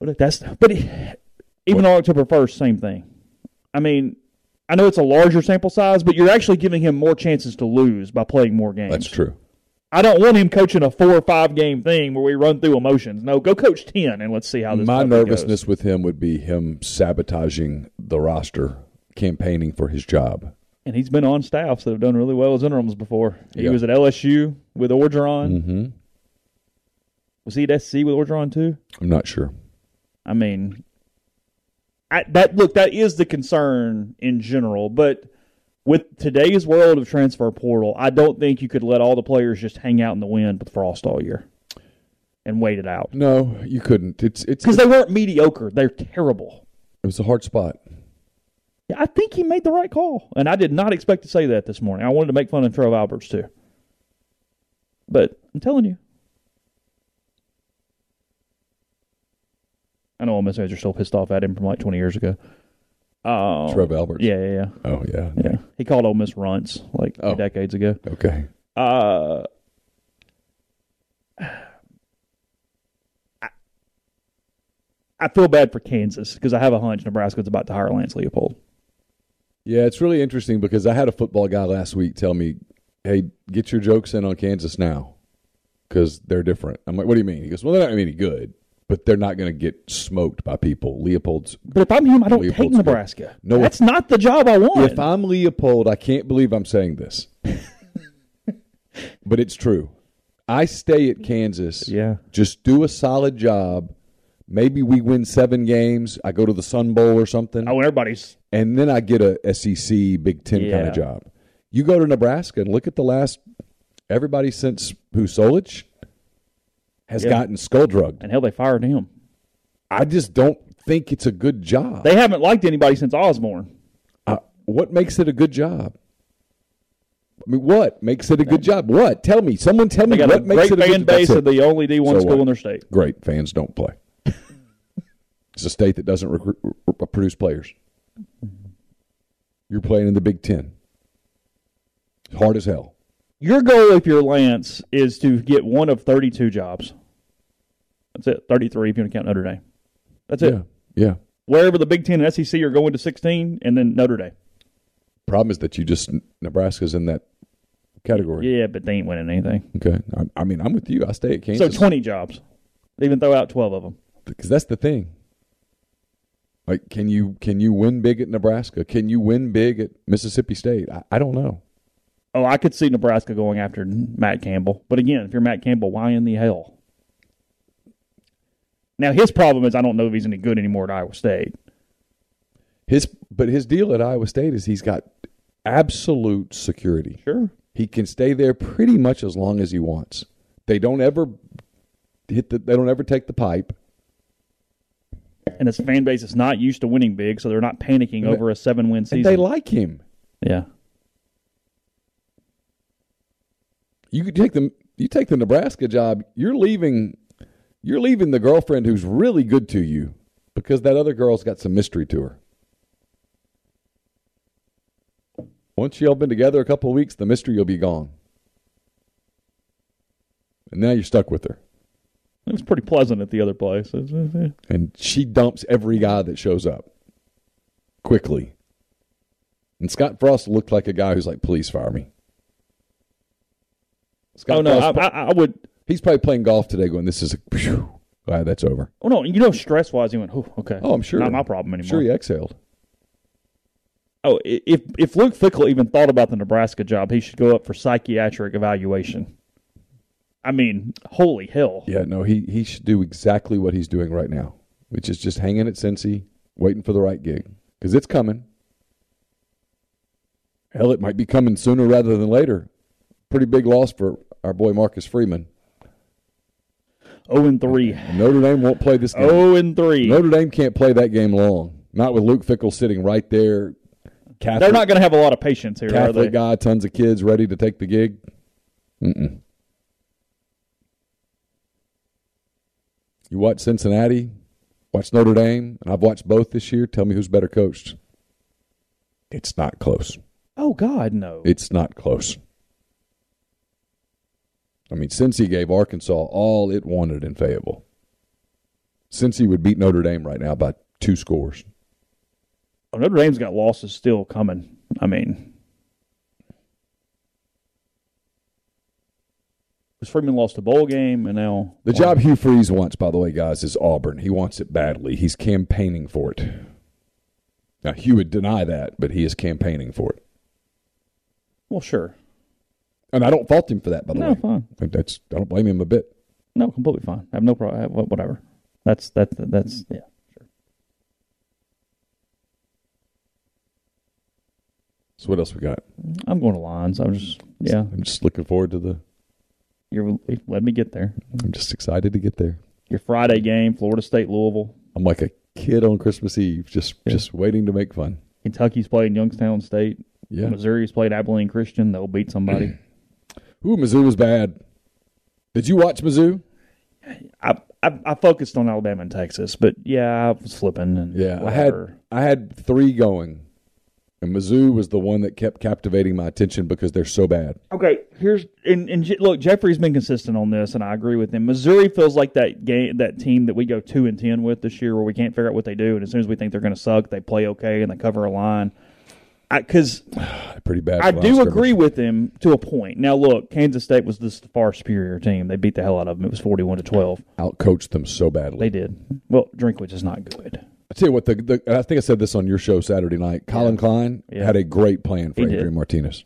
S5: But if that's but it, even on October first, same thing. I mean, I know it's a larger sample size, but you're actually giving him more chances to lose by playing more games.
S6: That's true.
S5: I don't want him coaching a four or five game thing where we run through emotions. No, go coach ten and let's see how this.
S6: My
S5: fucking
S6: nervousness
S5: goes.
S6: with him would be him sabotaging the roster, campaigning for his job.
S5: and he's been on staffs that have done really well as interims before. He
S6: Yeah.
S5: was at LSU with Orgeron. Mm-hmm. Was he at SC with Orgeron too?
S6: I'm not sure.
S5: I mean, I, that look that is the concern in general, but with today's world of transfer portal, I don't think you could let all the players just hang out in the wind with Frost all year and wait it out
S6: No, you couldn't. It's it's
S5: because they weren't mediocre; they're terrible.
S6: it was a hard spot.
S5: Yeah, I think he made the right call, and I did not expect to say that this morning. I wanted to make fun of Trev Alberts too, but I'm telling you. I know all messages are still pissed off at him from like 20 years ago. Um,
S6: Trev Alberts.
S5: Yeah, yeah, yeah.
S6: Oh yeah.
S5: Yeah. He called Ole Miss runts like
S6: Oh.
S5: decades ago.
S6: Okay.
S5: Uh, I- I feel bad for Kansas because I have a hunch Nebraska's about to hire Lance Leopold.
S6: Yeah, it's really interesting because I had a football guy last week tell me, "Hey, get your jokes in on Kansas now, because they're different." I'm like, "What do you mean?" He goes, "Well, they're not gonna be any good, but they're not going to get smoked by people." Leopold's.
S5: But if I'm him, I don't take
S6: Leopold's good.
S5: Nebraska.
S6: No,
S5: No, that's not the job I want.
S6: If I'm Leopold, I can't believe I'm saying this, but it's true. I stay at Kansas.
S5: Yeah.
S6: Just do a solid job. Maybe we win seven games. I go to the Sun Bowl or something.
S5: oh, everybody's
S6: and then I get a SEC Big Ten kind
S5: Yeah.
S6: of job. You go to Nebraska and look at the last everybody since who Solich has
S5: Yeah.
S6: gotten skull drugged.
S5: and hell, they fired him.
S6: I just don't think it's a good job.
S5: They haven't liked anybody since Osborne.
S6: I- what makes it a good job? I mean, what makes it a good job? What? Tell me. Someone tell
S5: They
S6: me
S5: got
S6: what
S5: a
S6: makes
S5: great
S6: it a
S5: fan
S6: good that's
S5: base
S6: it.
S5: of the only D one
S6: So
S5: school
S6: what?
S5: in their state.
S6: Great fans don't play. it's a state that doesn't recruit, r- produce players.
S5: Mm-hmm.
S6: You're playing in the Big Ten. Hard as hell.
S5: Your goal, if you're Lance, is to get one of 32 jobs. That's it. 33 if you want to count Notre Dame. That's it.
S6: Yeah. Yeah.
S5: Wherever the Big Ten and SEC are going to 16, and then Notre Dame.
S6: Problem is that you just Nebraska's in that category.
S5: Yeah, but they ain't winning anything.
S6: Okay. I, I mean, I'm with you. I stay at
S5: So
S6: Kansas
S5: 20 jobs. They even throw out 12 of them.
S6: because that's the thing. Like, can you can you win big at Nebraska? Can you win big at Mississippi State? I, I don't know.
S5: Oh, I could see Nebraska going after Matt Campbell. But again, if you're Matt Campbell, why in the hell? Now, his problem is I don't know if he's any good anymore at Iowa State.
S6: His but his deal at Iowa State is he's got absolute security.
S5: Sure.
S6: He can stay there pretty much as long as he wants. They don't ever hit the. They don't ever take the pipe.
S5: And his fan base is not used to winning big, so they're not panicking over a seven win season.
S6: And they like him.
S5: yeah.
S6: you could take the you take the Nebraska job, you're leaving you're leaving the girlfriend who's really good to you because that other girl's got some mystery to her. Once y'all been together a couple of weeks, the mystery will be gone. And now you're stuck with her.
S5: It was pretty pleasant at the other place. It was- it was-
S6: And she dumps every guy that shows up quickly. And Scott Frost looked like a guy who's like, please fire me. Scott
S5: Oh no, I,
S6: Frost-
S5: I, I would.
S6: He's probably playing golf today, going, "This is a, phew, glad that's over."
S5: Oh no, you know, stress wise, he went. Oh, okay.
S6: Oh, I'm sure.
S5: Not my problem
S6: I'm
S5: anymore.
S6: sure, he exhaled.
S5: Oh, i- if if Luke Fickle even thought about the Nebraska job, he should go up for psychiatric evaluation. I mean, holy hell!
S6: Yeah, no, he he should do exactly what he's doing right now, which is just hanging at Cincy, waiting for the right gig because it's coming. Hell, it might be coming sooner rather than later. Pretty big loss for our boy Marcus Freeman.
S5: 0 and 3.
S6: Notre Dame won't play this game.
S5: 0 and 3.
S6: Notre Dame can't play that game long. Not with Luke Fickle sitting right there. Catholic,
S5: They're not going to have a lot of patience here, are they?
S6: Catholic guy, tons of kids ready to take the gig. Mm-mm. You watch Cincinnati, watch Notre Dame, and I've watched both this year. Tell me who's better coached. It's not close.
S5: Oh, God, no.
S6: It's not close. I mean, Cincy gave Arkansas all it wanted in Fayetteville. Cincy would beat Notre Dame right now by two scores.
S5: Oh, Notre Dame's got losses still coming. I mean, because Freeman lost a bowl game, and now
S6: The job Hugh Freeze wants, by the way, guys, is Auburn. He wants it badly. He's campaigning for it. Now, Hugh would deny that, but he is campaigning for it.
S5: Well, sure.
S6: And I don't fault him for that, by the
S5: No,
S6: way.
S5: fine.
S6: I think That's, I don't blame him a bit.
S5: No, completely fine. I have no problem. Whatever. That's that. That's yeah. Sure.
S6: So, what else we got?
S5: I'm going to Lions. I'm just yeah.
S6: I'm just looking forward to the.
S5: You let me get there.
S6: I'm just excited to get there.
S5: Your Friday game, Florida State, Louisville,
S6: I'm like a kid on Christmas Eve, just just waiting to make fun.
S5: Kentucky's playing Youngstown State.
S6: Yeah.
S5: Missouri's played Abilene Christian. They'll beat somebody.
S6: Ooh, Mizzou was bad. Did you watch Mizzou?
S5: I, I I focused on Alabama and Texas, but yeah, I was flipping and
S6: Yeah,
S5: whatever.
S6: I had I had three going, and Mizzou was the one that kept captivating my attention because they're so bad.
S5: Okay, here's and, and Je- look, Jeffrey's been consistent on this, and I agree with him. Missouri feels like that game, that team that we go two and ten with this year, where we can't figure out what they do, and as soon as we think they're going to suck, they play okay and they cover a line. Because
S6: Pretty bad.
S5: I,
S6: line
S5: do
S6: scrimmage.
S5: agree with him to a point. Now, look, Kansas State was this far superior team. They beat the hell out of them. It was forty-one to twelve.
S6: outcoached them so badly.
S5: They did. Well, Drinkwitz is not good.
S6: I tell you what, the, the I think I said this on your show Saturday night. Colin Klein
S5: Yeah.
S6: had a great plan for
S5: He did.
S6: Adrian Martinez.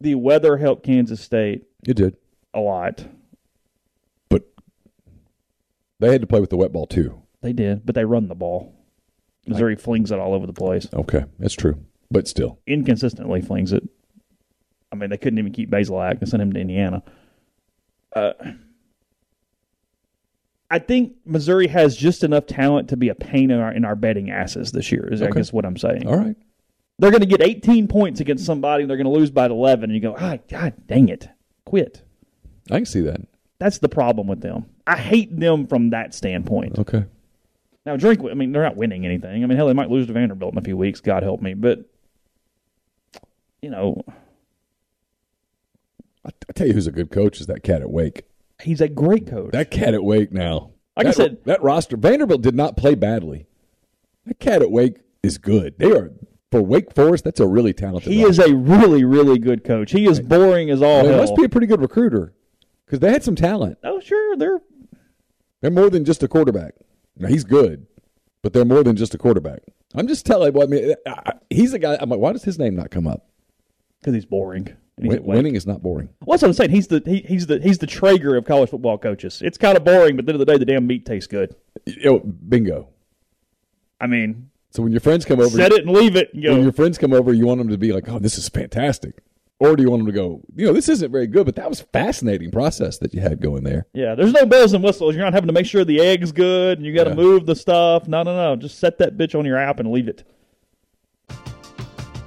S5: The weather helped Kansas State
S6: It did,
S5: a lot.
S6: but they had to play with the wet ball too.
S5: They did, but they run the ball. Missouri flings it all over the place.
S6: Okay, that's true, but still,
S5: inconsistently flings it. I mean, they couldn't even keep Basilak and sent him to Indiana. Uh, I think Missouri has just enough talent to be a pain in our in our betting asses this year. Is I guess what I'm saying.
S6: all right.
S5: They're going to get 18 points against somebody. and They're going to lose by 11, and you go, ah, God dang it, quit.
S6: I can see that.
S5: That's the problem with them. I hate them from that standpoint.
S6: Okay,
S5: Now, drink. I mean, they're not winning anything. I mean, hell, they might lose to Vanderbilt in a few weeks. God help me. But you know,
S6: I, I tell you who's a good coach is that cat at Wake.
S5: he's a great coach.
S6: That cat at Wake now.
S5: Like I
S6: that,
S5: said-
S6: that roster Vanderbilt did not play badly. That cat at Wake is good. They are for Wake Forest. That's a really talented.
S5: he
S6: roster.
S5: is a really, really good coach. He is boring as all
S6: They
S5: hell.
S6: must be a pretty good recruiter because they had some talent.
S5: oh, sure, they're
S6: They're more than just a quarterback. Now he's good, but they're more than just a quarterback. I'm just telling. Well, I mean, I, I, he's a guy. I'm like, why does his name not come up?
S5: because he's boring. And he's
S6: Win,
S5: whack.
S6: winning is not boring.
S5: Well, that's what I'm saying. He's the he, he's the he's the Traeger of college football coaches. It's kind of boring, but at the end of the day, the damn meat tastes good.
S6: You know, bingo.
S5: I mean,
S6: So when your friends come over,
S5: set it and leave it. and go,
S6: when your friends come over, you want them to be like, "Oh, this is fantastic," or do you want them to go, "You know, this isn't very good, but that was a fascinating process that you had going there."
S5: yeah, there's no bells and whistles. You're not having to make sure the egg's good and you got to move the stuff. No, no, no. Just set that bitch on your app and leave it.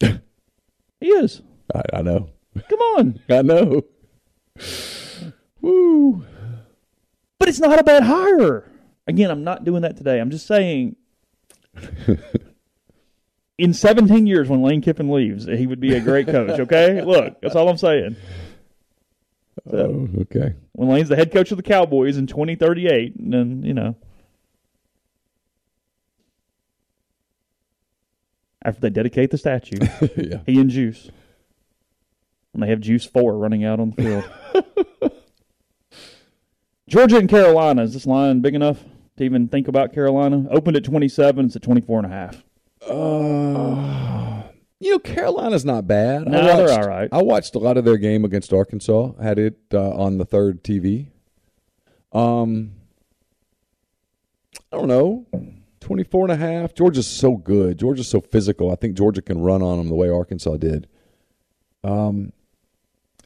S5: left. he is.
S6: I, I know.
S5: Come on.
S6: I know. Woo.
S5: But it's not a bad hire. Again, I'm not doing that today. I'm just saying. in 17 years, when Lane Kiffin leaves, he would be a great coach. Okay, look, that's all I'm saying.
S6: Oh, okay.
S5: When Lane's the head coach of the Cowboys in 2038, then you know. After they dedicate the statue,
S6: yeah.
S5: he and Juice, and they have Juice Four running out on the field. Georgia and Carolina is this line big enough to even think about Carolina? Opened at 27, it's at 24 and a half.
S6: Uh, you know, Carolina's not bad.
S5: No,
S6: I
S5: they're
S6: watched,
S5: all right.
S6: I watched a lot of their game against Arkansas. Had it uh, on the third TV. Um, I don't know. 24 and a half. Georgia's so good. Georgia's so physical. I think Georgia can run on them the way Arkansas did. Um,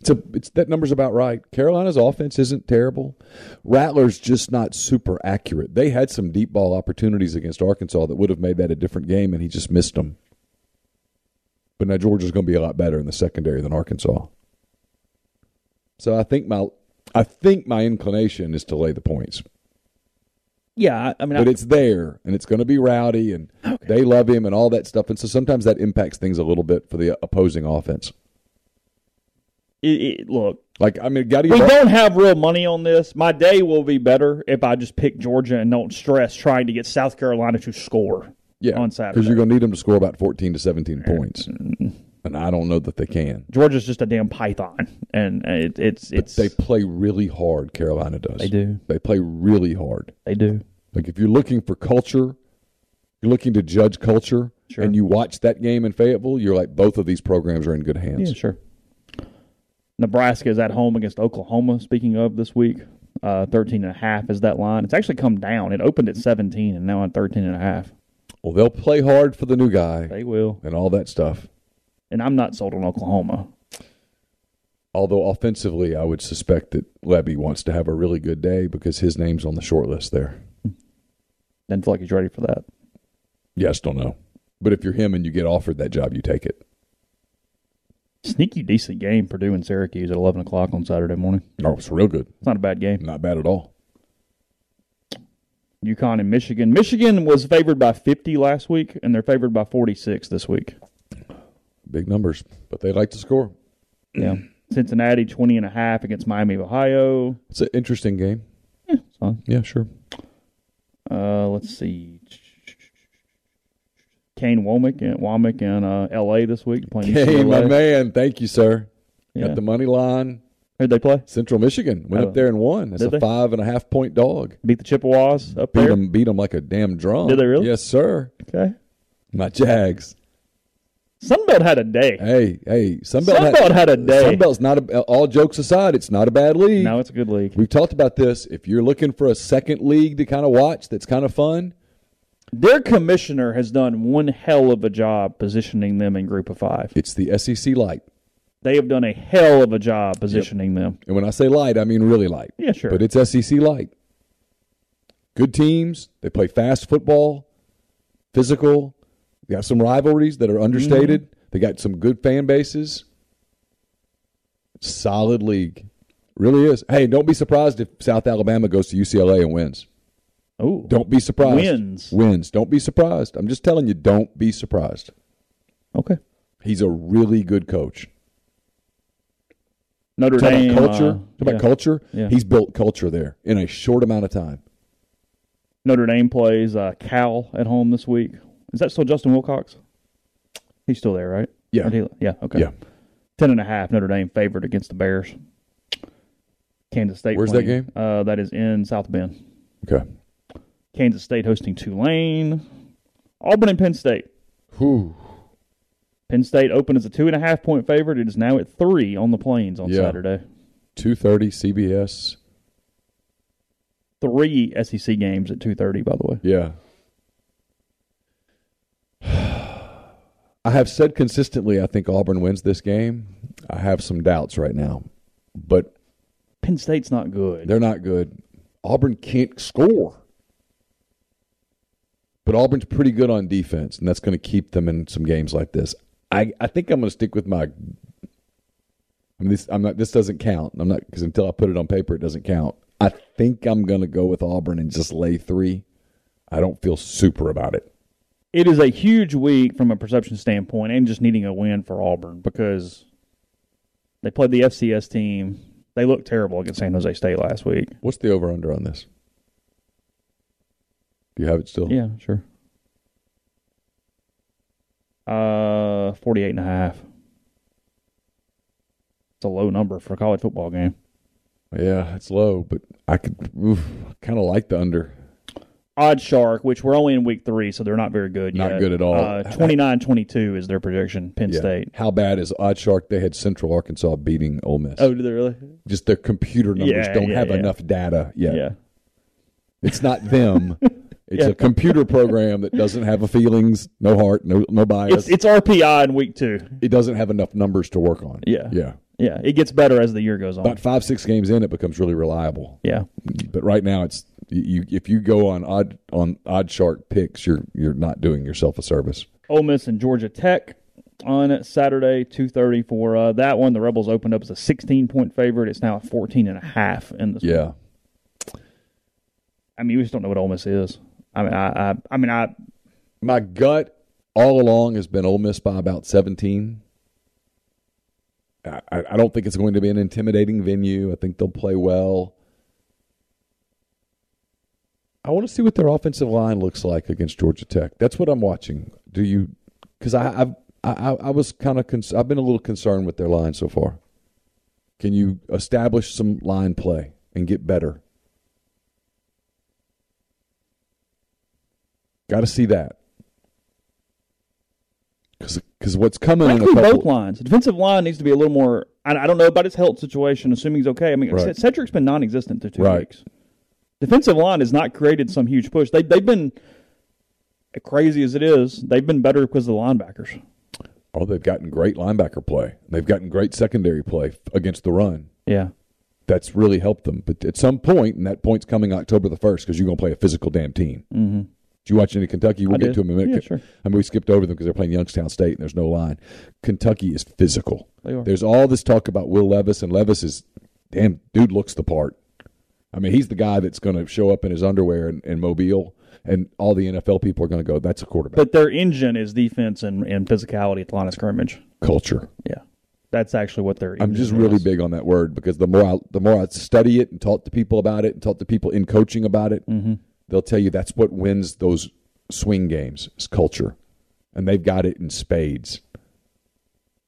S6: it's a it's that number's about right. Carolina's offense isn't terrible. Rattler's just not super accurate. They had some deep ball opportunities against Arkansas that would have made that a different game, and he just missed them. But now Georgia's going to be a lot better in the secondary than Arkansas. So I think my I think my inclination is to lay the points
S5: Yeah, I, I mean,
S6: but
S5: I,
S6: it's there and it's going to be rowdy and they love him and all that stuff and so sometimes that impacts things a little bit for the opposing offense
S5: it, it, look,
S6: like i mean gotta
S5: we
S6: get
S5: don't have real money on this. My day will be better if I just pick Georgia and don't stress trying to get South Carolina to score.
S6: yeah
S5: on Saturday. mm-hmm.
S6: because you're going to need them to score about 14 to 17 points and i don't know that they can
S5: Georgia's just a damn python, and it, it's
S6: but
S5: it's
S6: they play really hard carolina does
S5: They do.
S6: they play really hard
S5: they do.
S6: like if you're looking for culture you're looking to judge culture
S5: Sure.
S6: and you watch that game in fayetteville you're like both of these programs are in good hands
S5: Yeah, sure. Nebraska is at home against Oklahoma. Speaking of this week, uh, 13 and a half is that line. It's actually come down. It opened at 17 and now at 13 and a half.
S6: well they'll play hard for the new guy
S5: They will.
S6: and all that stuff
S5: And I'm not sold on Oklahoma.
S6: Although offensively, I would suspect that Levy wants to have a really good day because his name's on the short list there.
S5: Didn't feel like he's ready for that.
S6: Yes, don't know. But if you're him and you get offered that job, you take it.
S5: Sneaky decent game, Purdue and Syracuse at 11 o'clock on Saturday morning.
S6: Oh, it's real good.
S5: It's not a bad game.
S6: Not bad at all.
S5: UConn and Michigan. Michigan was favored by 50 last week, and they're favored by 46 this week.
S6: Big numbers, but they like to score.
S5: Yeah.
S6: Mm.
S5: Cincinnati 20 and a half against Miami of Ohio.
S6: It's an interesting game.
S5: It's fine.
S6: Yeah, sure.
S5: Uh, let's see. Kane Womack and Womack in uh, L.A. this week playing
S6: Hey, my
S5: UCLA.
S6: man. Thank you, sir.
S5: Yeah.
S6: Got the money line.
S5: Who'd they play?
S6: Central Michigan went
S5: Oh.
S6: up there and won. It's
S5: Did
S6: a
S5: they?
S6: five and a half point dog.
S5: Beat the Chippewas up
S6: Beat
S5: there.
S6: them, beat them like a damn drum.
S5: Did they really?
S6: Yes, sir.
S5: Okay.
S6: My Jags.
S5: Sunbelt had a day.
S6: Hey, hey. Sunbelt,
S5: Sunbelt had a day.
S6: Sunbelt's not a, all jokes aside. It's not a bad league.
S5: Now it's a good league.
S6: We've talked about this. If you're looking for a second league to kind of watch that's kind of fun,
S5: Their commissioner has done one hell of a job positioning them in Group of Five.
S6: it's the E SEC light.
S5: They have done a hell of a job positioning them.
S6: And when I say light, I mean really light.
S5: Yeah, sure.
S6: But it's SEC light. Good teams. They play fast football, physical. They got some rivalries that are understated.
S5: Mm-hmm.
S6: They got some good fan bases. Solid league. Really is. Hey, don't be surprised if South Alabama goes to UCLA and wins.
S5: Oh,
S6: Don't be surprised.
S5: Wins.
S6: Wins. Don't be surprised. I'm just telling you, don't be surprised.
S5: Okay.
S6: He's a really good coach.
S5: Notre
S6: Talk
S5: Dame.
S6: about culture.
S5: uh,
S6: Talk about
S5: yeah.
S6: culture.
S5: Yeah.
S6: He's built culture there in a short amount of time.
S5: Notre Dame plays uh, Cal at home this week. Is that still Justin Wilcox? He's still there, right?
S6: Yeah.
S5: Or did he- yeah. Okay.
S6: Yeah.
S5: Ten and a half. Notre Dame favored against the Bears. Kansas State.
S6: Where's that
S5: playing.
S6: game?
S5: Uh, that is in South Bend.
S6: Okay.
S5: Kansas State hosting Tulane. Auburn and Penn State.
S6: Whew.
S5: Penn State opened as a two and a half point favorite. It is now at three on the plains on
S6: Yeah.
S5: Saturday.
S6: Two thirty CBS.
S5: Three SEC games at two thirty. By the way,
S6: Yeah. I have said consistently I think Auburn wins this game. I have some doubts right now. But
S5: Penn State's not good.
S6: They're not good. Auburn can't score. But Auburn's pretty good on defense, and that's going to keep them in some games like this. I, I think I'm going to stick with my. I mean, this I'm not. This doesn't count. I'm not because until I put it on paper, it doesn't count. I think I'm going to go with Auburn and just lay three. I don't feel super about it.
S5: it is a huge week from a perception standpoint and just needing a win for Auburn because they played the FCS team. They looked terrible against San Jose State last week.
S6: What's the over under on this? Do you have it still?
S5: Yeah, sure. Uh, 48 and a half. It's a low number for a college football game.
S6: Yeah, it's low, but I could kind of like the under.
S5: Odd Shark, which we're only in week three, so they're not very good
S6: Not
S5: yet.
S6: good at all.
S5: Uh, 29-22 is their projection, Penn
S6: Yeah.
S5: State.
S6: How bad is Odd Shark? They had Central Arkansas beating Ole Miss.
S5: Oh, do they really?
S6: just their computer numbers
S5: Yeah,
S6: don't
S5: yeah,
S6: have
S5: yeah.
S6: enough data yet.
S5: yeah.
S6: It's not them. It's
S5: Yeah.
S6: a computer program that doesn't have a feelings, no heart, no no
S5: It's,
S6: bias.
S5: it's RPI in week two.
S6: it doesn't have enough numbers to work on.
S5: Yeah.
S6: yeah.
S5: Yeah, it gets better as the year goes on.
S6: About five six games in, it becomes really reliable.
S5: yeah,
S6: But right now, it's you. If you go on odd on Odd Shark picks, you're you're not doing yourself a service.
S5: Ole Miss and Georgia Tech on Saturday, two thirty for uh, that one. The Rebels opened up as a sixteen point favorite. It's now at fourteen and a half in this.
S6: Yeah,
S5: I mean, we just don't know what Ole Miss is. I mean, I, I, I mean, I.
S6: my gut all along has been Ole Miss by about 17. I, I I don't think it's going to be an intimidating venue. I think they'll play well. I want to see what their offensive line looks like against Georgia Tech. That's what I'm watching. Do you? Because I I've, I I- I was kind of cons- I've been a little concerned with their line so far. Can you establish some line play and get better? Got to see that. Because what's coming
S5: I
S6: in a
S5: include
S6: couple,
S5: both lines. The defensive line needs to be a little more. I, I don't know about his health situation. Assuming he's okay. I mean,
S6: Right.
S5: Cedric's been non-existent through two
S6: Right.
S5: weeks. Defensive line has not created some huge push. They they've been crazy as it is. They've been better because of the linebackers.
S6: Oh, they've gotten great linebacker play. They've gotten great secondary play f- against the run.
S5: Yeah.
S6: That's really helped them. But at some point, and that point's coming October the 1st because you're going to play a physical damn team. Mm-hmm. Did you watch any Kentucky? We'll
S5: I
S6: get
S5: did.
S6: to them in a minute.
S5: Yeah, sure.
S6: I mean, we skipped over them because they're playing Youngstown State and there's no line. Kentucky is physical.
S5: They are.
S6: There's all this talk about Will Levis, and Levis is, damn, dude looks the part. I mean, he's the guy that's going to show up in his underwear in, in Mobile, and all the NFL people are going to go, that's a quarterback.
S5: But their engine is defense and, and physicality at the line of scrimmage.
S6: Culture.
S5: Yeah. That's actually what they're.
S6: I'm just really big on that word because the more I, the more I study it and talk to people about it and talk to people in coaching about it,
S5: Mm-hmm.
S6: they'll tell you that's what wins those swing games is culture, and they've got it in spades.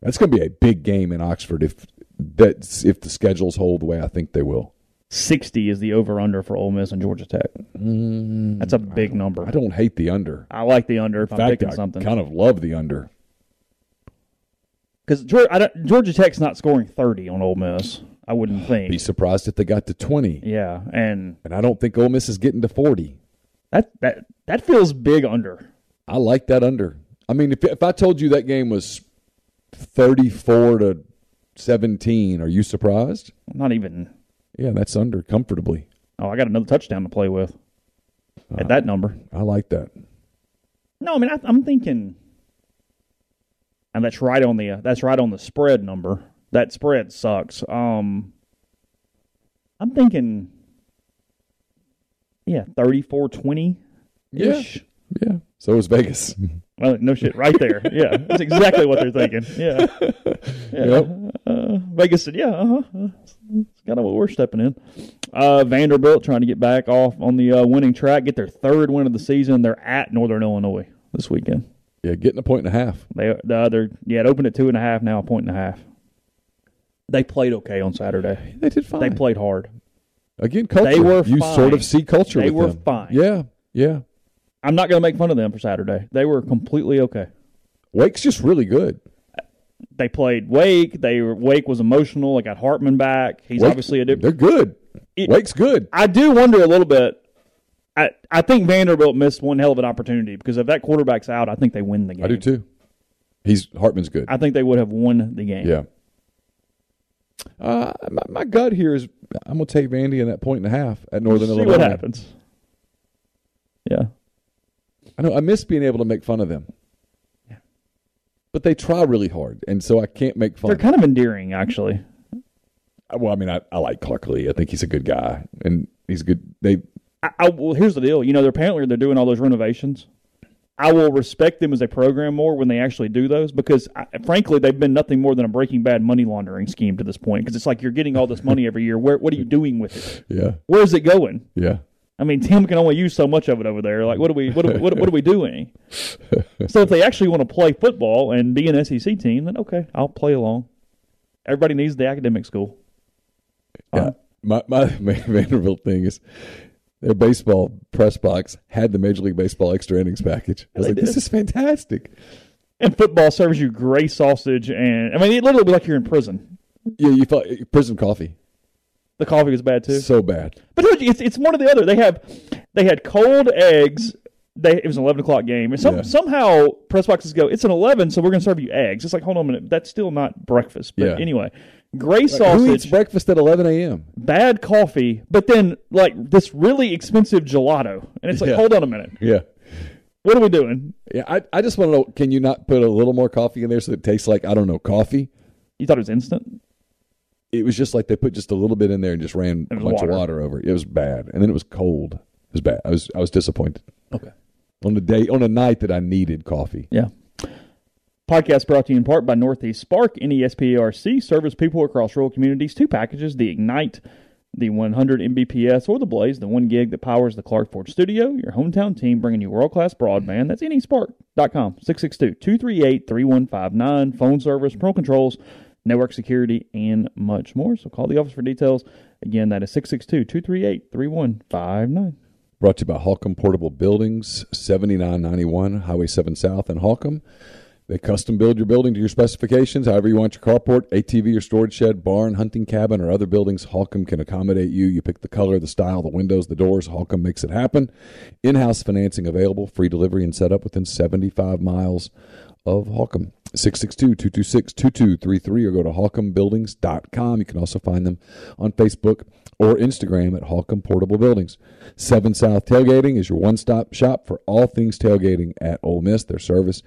S6: That's going to be a big game in Oxford if that's if the schedules hold the way I think they will.
S5: 60 is the over under for Ole Miss and Georgia Tech. That's a big number.
S6: Mm. I
S5: I,
S6: don't hate the under.
S5: like the under if
S6: In
S5: I'm
S6: fact,
S5: picking
S6: I
S5: something.
S6: kind of love the under.
S5: Because Georgia, Georgia Tech's not scoring 30 on Ole Miss, I wouldn't think.
S6: Be surprised if they got to twenty,
S5: Yeah. And
S6: and I don't think Ole Miss is getting to forty.
S5: that, that, that feels big under.
S6: I like that under. I mean, if, if I told you that game was 34 to 17, are you surprised?
S5: Not even.
S6: Yeah, that's under comfortably.
S5: Oh, I got another touchdown to play with
S6: Uh,
S5: at that number.
S6: I like that.
S5: No, I mean I, I'm thinking, and that's right on the uh, that's right on the spread number. That spread sucks. Um, I'm thinking, yeah, 3420 ish.
S6: Yeah. So is Vegas.
S5: Well, Oh, no shit, right there. Yeah, that's exactly what they're thinking. Yeah,
S6: Yep.
S5: uh, Vegas said, yeah, uh-huh. that's kind of what we're stepping in. Uh, Vanderbilt trying to get back off on the uh, winning track, get their third win of the season. They're at Northern Illinois this weekend.
S6: Yeah, getting a point and a half.
S5: They the other yeah, it opened at two and a half, now a point and a half. They played okay on Saturday.
S6: They did fine.
S5: They played hard.
S6: Again, culture.
S5: They were
S6: you sort
S5: fine.
S6: of see culture.
S5: They
S6: with
S5: were
S6: them.
S5: fine.
S6: Yeah, yeah.
S5: I'm not going to make fun of them for Saturday. They were completely okay.
S6: Wake's just really good.
S5: They played Wake. They were, Wake was emotional. They got Hartman back. He's
S6: Wake-
S5: obviously a different.
S6: They're good.
S5: It-
S6: Wake's good.
S5: I do wonder a little bit. I, I think Vanderbilt missed one hell of an opportunity because if that quarterback's out, I think they win the game.
S6: I do too. He's Hartman's good.
S5: I think they would have won the game.
S6: yeah. Uh, my, my gut here is I'm gonna take Vandy in that point and a half at Northern
S5: See
S6: Illinois.
S5: what happens. Yeah.
S6: I know I miss being able to make fun of them. But they try really hard, and so I can't make fun.
S5: They're
S6: of them.
S5: kind of endearing, actually.
S6: well, I mean, I, I like Clark Lee. I think he's a good guy, and he's good. They
S5: I, I well, here's the deal. You know, they're apparently they're doing all those renovations. I will respect them as a program more when they actually do those because, I, frankly, they've been nothing more than a Breaking Bad money laundering scheme to this point. Because it's like you're getting all this money every year. Where what are you doing with it?
S6: yeah
S5: Where is it going?
S6: yeah
S5: I mean, Tim can only use so much of it over there. Like, what are we what are we, what, are- what are we doing? so if they actually want to play football and be an SEC team, then okay, I'll play along. Everybody needs the academic school.
S6: yeah. Uh, My my main Vanderbilt thing is their baseball press box had the Major League Baseball extra innings package. I was
S5: They
S6: like, this
S5: did.
S6: is fantastic.
S5: And football serves you gray sausage, and I mean, it literally be like you're in prison.
S6: Yeah, you thought prison coffee
S5: The coffee was bad too.
S6: so bad.
S5: But told you, it's it's one or the other. They have they had cold eggs. They it was an eleven o'clock game, and some,
S6: Yeah.
S5: somehow press boxes go. It's an eleven, so we're going to serve you eggs. It's like hold on a minute, that's still not breakfast. But
S6: Yeah.
S5: anyway, gray
S6: Who eats
S5: sausage,
S6: breakfast at 11 a.m.?
S5: bad coffee, but then like this really expensive gelato, and it's like
S6: Yeah.
S5: hold on a minute,
S6: Yeah.
S5: what are we doing?
S6: Yeah, I, I just want to know can you not put a little more coffee in there so it tastes like, I don't know, coffee?
S5: You thought it was instant?
S6: It was just like they put just a little bit in there and just ran a
S5: was
S6: bunch
S5: water.
S6: of water over. it. It was bad. And then it was cold. It was bad. I was I was disappointed.
S5: Okay.
S6: On the day on a night that I needed coffee.
S5: Yeah. Podcast brought to you in part by Northeast Spark and E ESPARC. Service people across rural communities. Two packages the Ignite, the 100 Mbps, or the Blaze, the one gig that powers the Clark Ford studio. Your hometown team bringing you world class broadband. That's E nespark.com. 662 238 3159. Phone service, parental controls, network security, and much more. So call the office for details. Again, that is 662 238 3159.
S6: Brought to you by Holcomb Portable Buildings, 7991 Highway 7 South in Holcomb. They custom build your building to your specifications, however you want your carport, ATV or storage shed, barn, hunting cabin, or other buildings. Holcomb can accommodate you. You pick the color, the style, the windows, the doors. Holcomb makes it happen. In house financing available, free delivery and setup within 75 miles of Holcomb. 662 226 2233 or go to holcombbuildings.com. You can also find them on Facebook or Instagram at Holcomb Portable Buildings. Seven South Tailgating is your one stop shop for all things tailgating at Ole Miss. Their service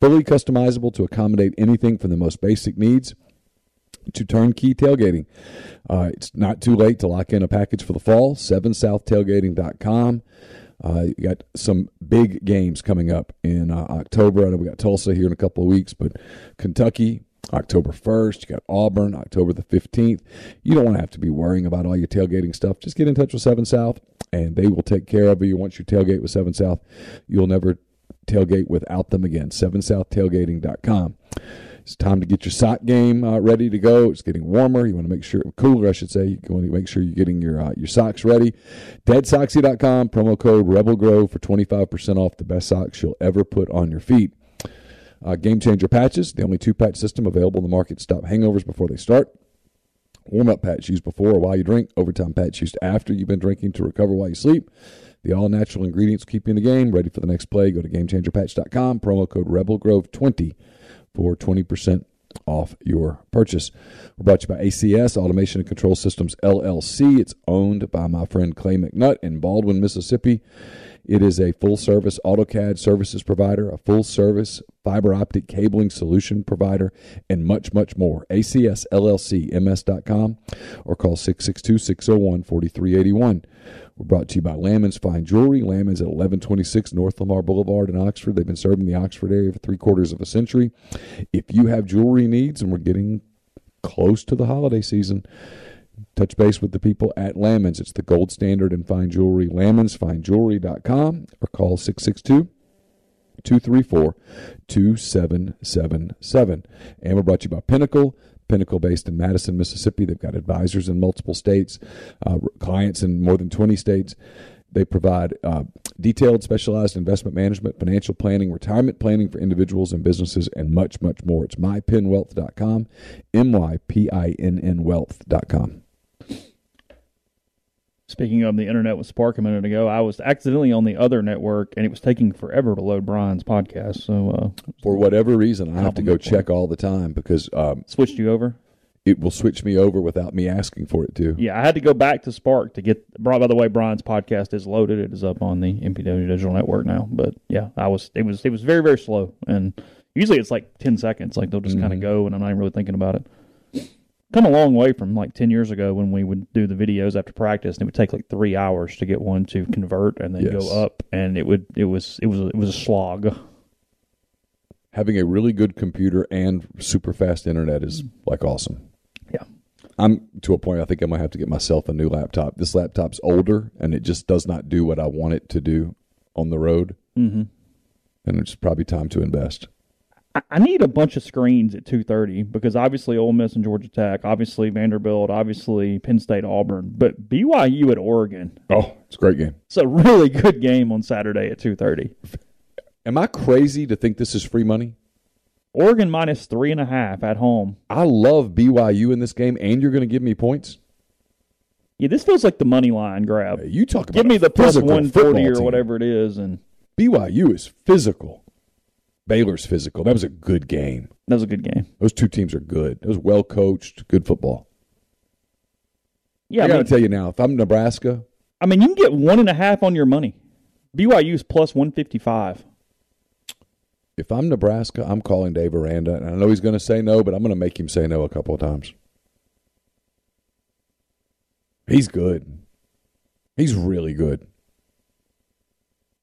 S6: fully customizable to accommodate anything from the most basic needs to turnkey tailgating. Uh, it's not too late to lock in a package for the fall. 7southtailgating.com. Uh, you got some big games coming up in uh, October. I know we got Tulsa here in a couple of weeks, but Kentucky, October 1st. You got Auburn, October the 15th. You don't want to have to be worrying about all your tailgating stuff. Just get in touch with 7 South, and they will take care of you. Once you tailgate with 7 South, you'll never tailgate without them again. 7southtailgating.com. It's time to get your sock game uh, ready to go. It's getting warmer. You want to make sure, cooler, I should say. You want to make sure you're getting your uh, your socks ready. DeadSocksy.com, promo code RebelGrow for 25% off the best socks you'll ever put on your feet. Uh, game changer patches, the only two patch system available in the market to stop hangovers before they start. Warm up patch used before or while you drink, overtime patch used after you've been drinking to recover while you sleep. The all natural ingredients keep you in the game, ready for the next play. Go to gamechangerpatch.com, promo code RebelGrove20 for 20% off your purchase. We're brought to you by ACS, Automation and Control Systems LLC. It's owned by my friend Clay McNutt in Baldwin, Mississippi. It is a full service AutoCAD services provider, a full service fiber optic cabling solution provider, and much, much more. ACS LLC, MS.com, or call 662 601 4381. We're brought to you by Lamons Fine Jewelry. Lamons at 1126 North Lamar Boulevard in Oxford. They've been serving the Oxford area for three quarters of a century. If you have jewelry needs, and we're getting close to the holiday season, touch base with the people at Lamons. It's the gold standard in fine jewelry. LamonsFineJewelry.com or call 662 234 2777. And we're brought to you by Pinnacle. Pinnacle based in Madison, Mississippi. They've got advisors in multiple states, uh, clients in more than 20 states. They provide uh, detailed, specialized investment management, financial planning, retirement planning for individuals and businesses, and much, much more. It's mypinwealth.com, M Y P I N N wealth.com.
S5: Speaking of the internet with Spark a minute ago, I was accidentally on the other network, and it was taking forever to load Brian's podcast. So uh,
S6: For whatever reason, I have to go check all the time because um,
S5: switched you over.
S6: it will switch me over without me asking for it to.
S5: Yeah, I had to go back to Spark to get. By the way, Brian's podcast is loaded. It is up on the MPW Digital Network now. But yeah, I was. It was. It was very very slow, and usually it's like ten seconds. Like they'll just kind of go, and I'm not even really thinking about it. Come a long way from like ten years ago when we would do the videos after practice, and it would take like three hours to get one to convert and then
S6: Yes.
S5: go up, and it would. It was. It was. It was a slog.
S6: Having a really good computer and super fast internet is like awesome.
S5: Yeah.
S6: I'm to a point I think I might have to get myself a new laptop. This laptop's older and it just does not do what I want it to do on the road. Mm-hmm. And it's probably time to invest.
S5: I- I need a bunch of screens at two thirty because obviously Ole Miss and Georgia Tech, obviously Vanderbilt, obviously Penn State, Auburn, but BYU at Oregon.
S6: Oh, it's a great game.
S5: It's a really good game on Saturday at two thirty.
S6: Am I crazy to think this is free money?
S5: Oregon minus three and a half at home.
S6: I love BYU in this game, and you're going to give me points.
S5: Yeah, this feels like the money line grab.
S6: You talk about
S5: Give me
S6: a
S5: the plus
S6: physical
S5: one forty
S6: football
S5: or
S6: team.
S5: whatever it is, and
S6: BYU is physical. Baylor's physical. That was a good game.
S5: that was a good game.
S6: Those two teams are good. It was well coached, good football.
S5: Yeah,
S6: I
S5: I
S6: got to
S5: mean,
S6: tell you now, if I'm Nebraska,
S5: I mean, you can get one and a half on your money. BYU is plus one fifty five.
S6: if I'm Nebraska, I'm calling Dave Aranda, and I know he's going to say no, but I'm going to make him say no a couple of times. He's good. He's really good.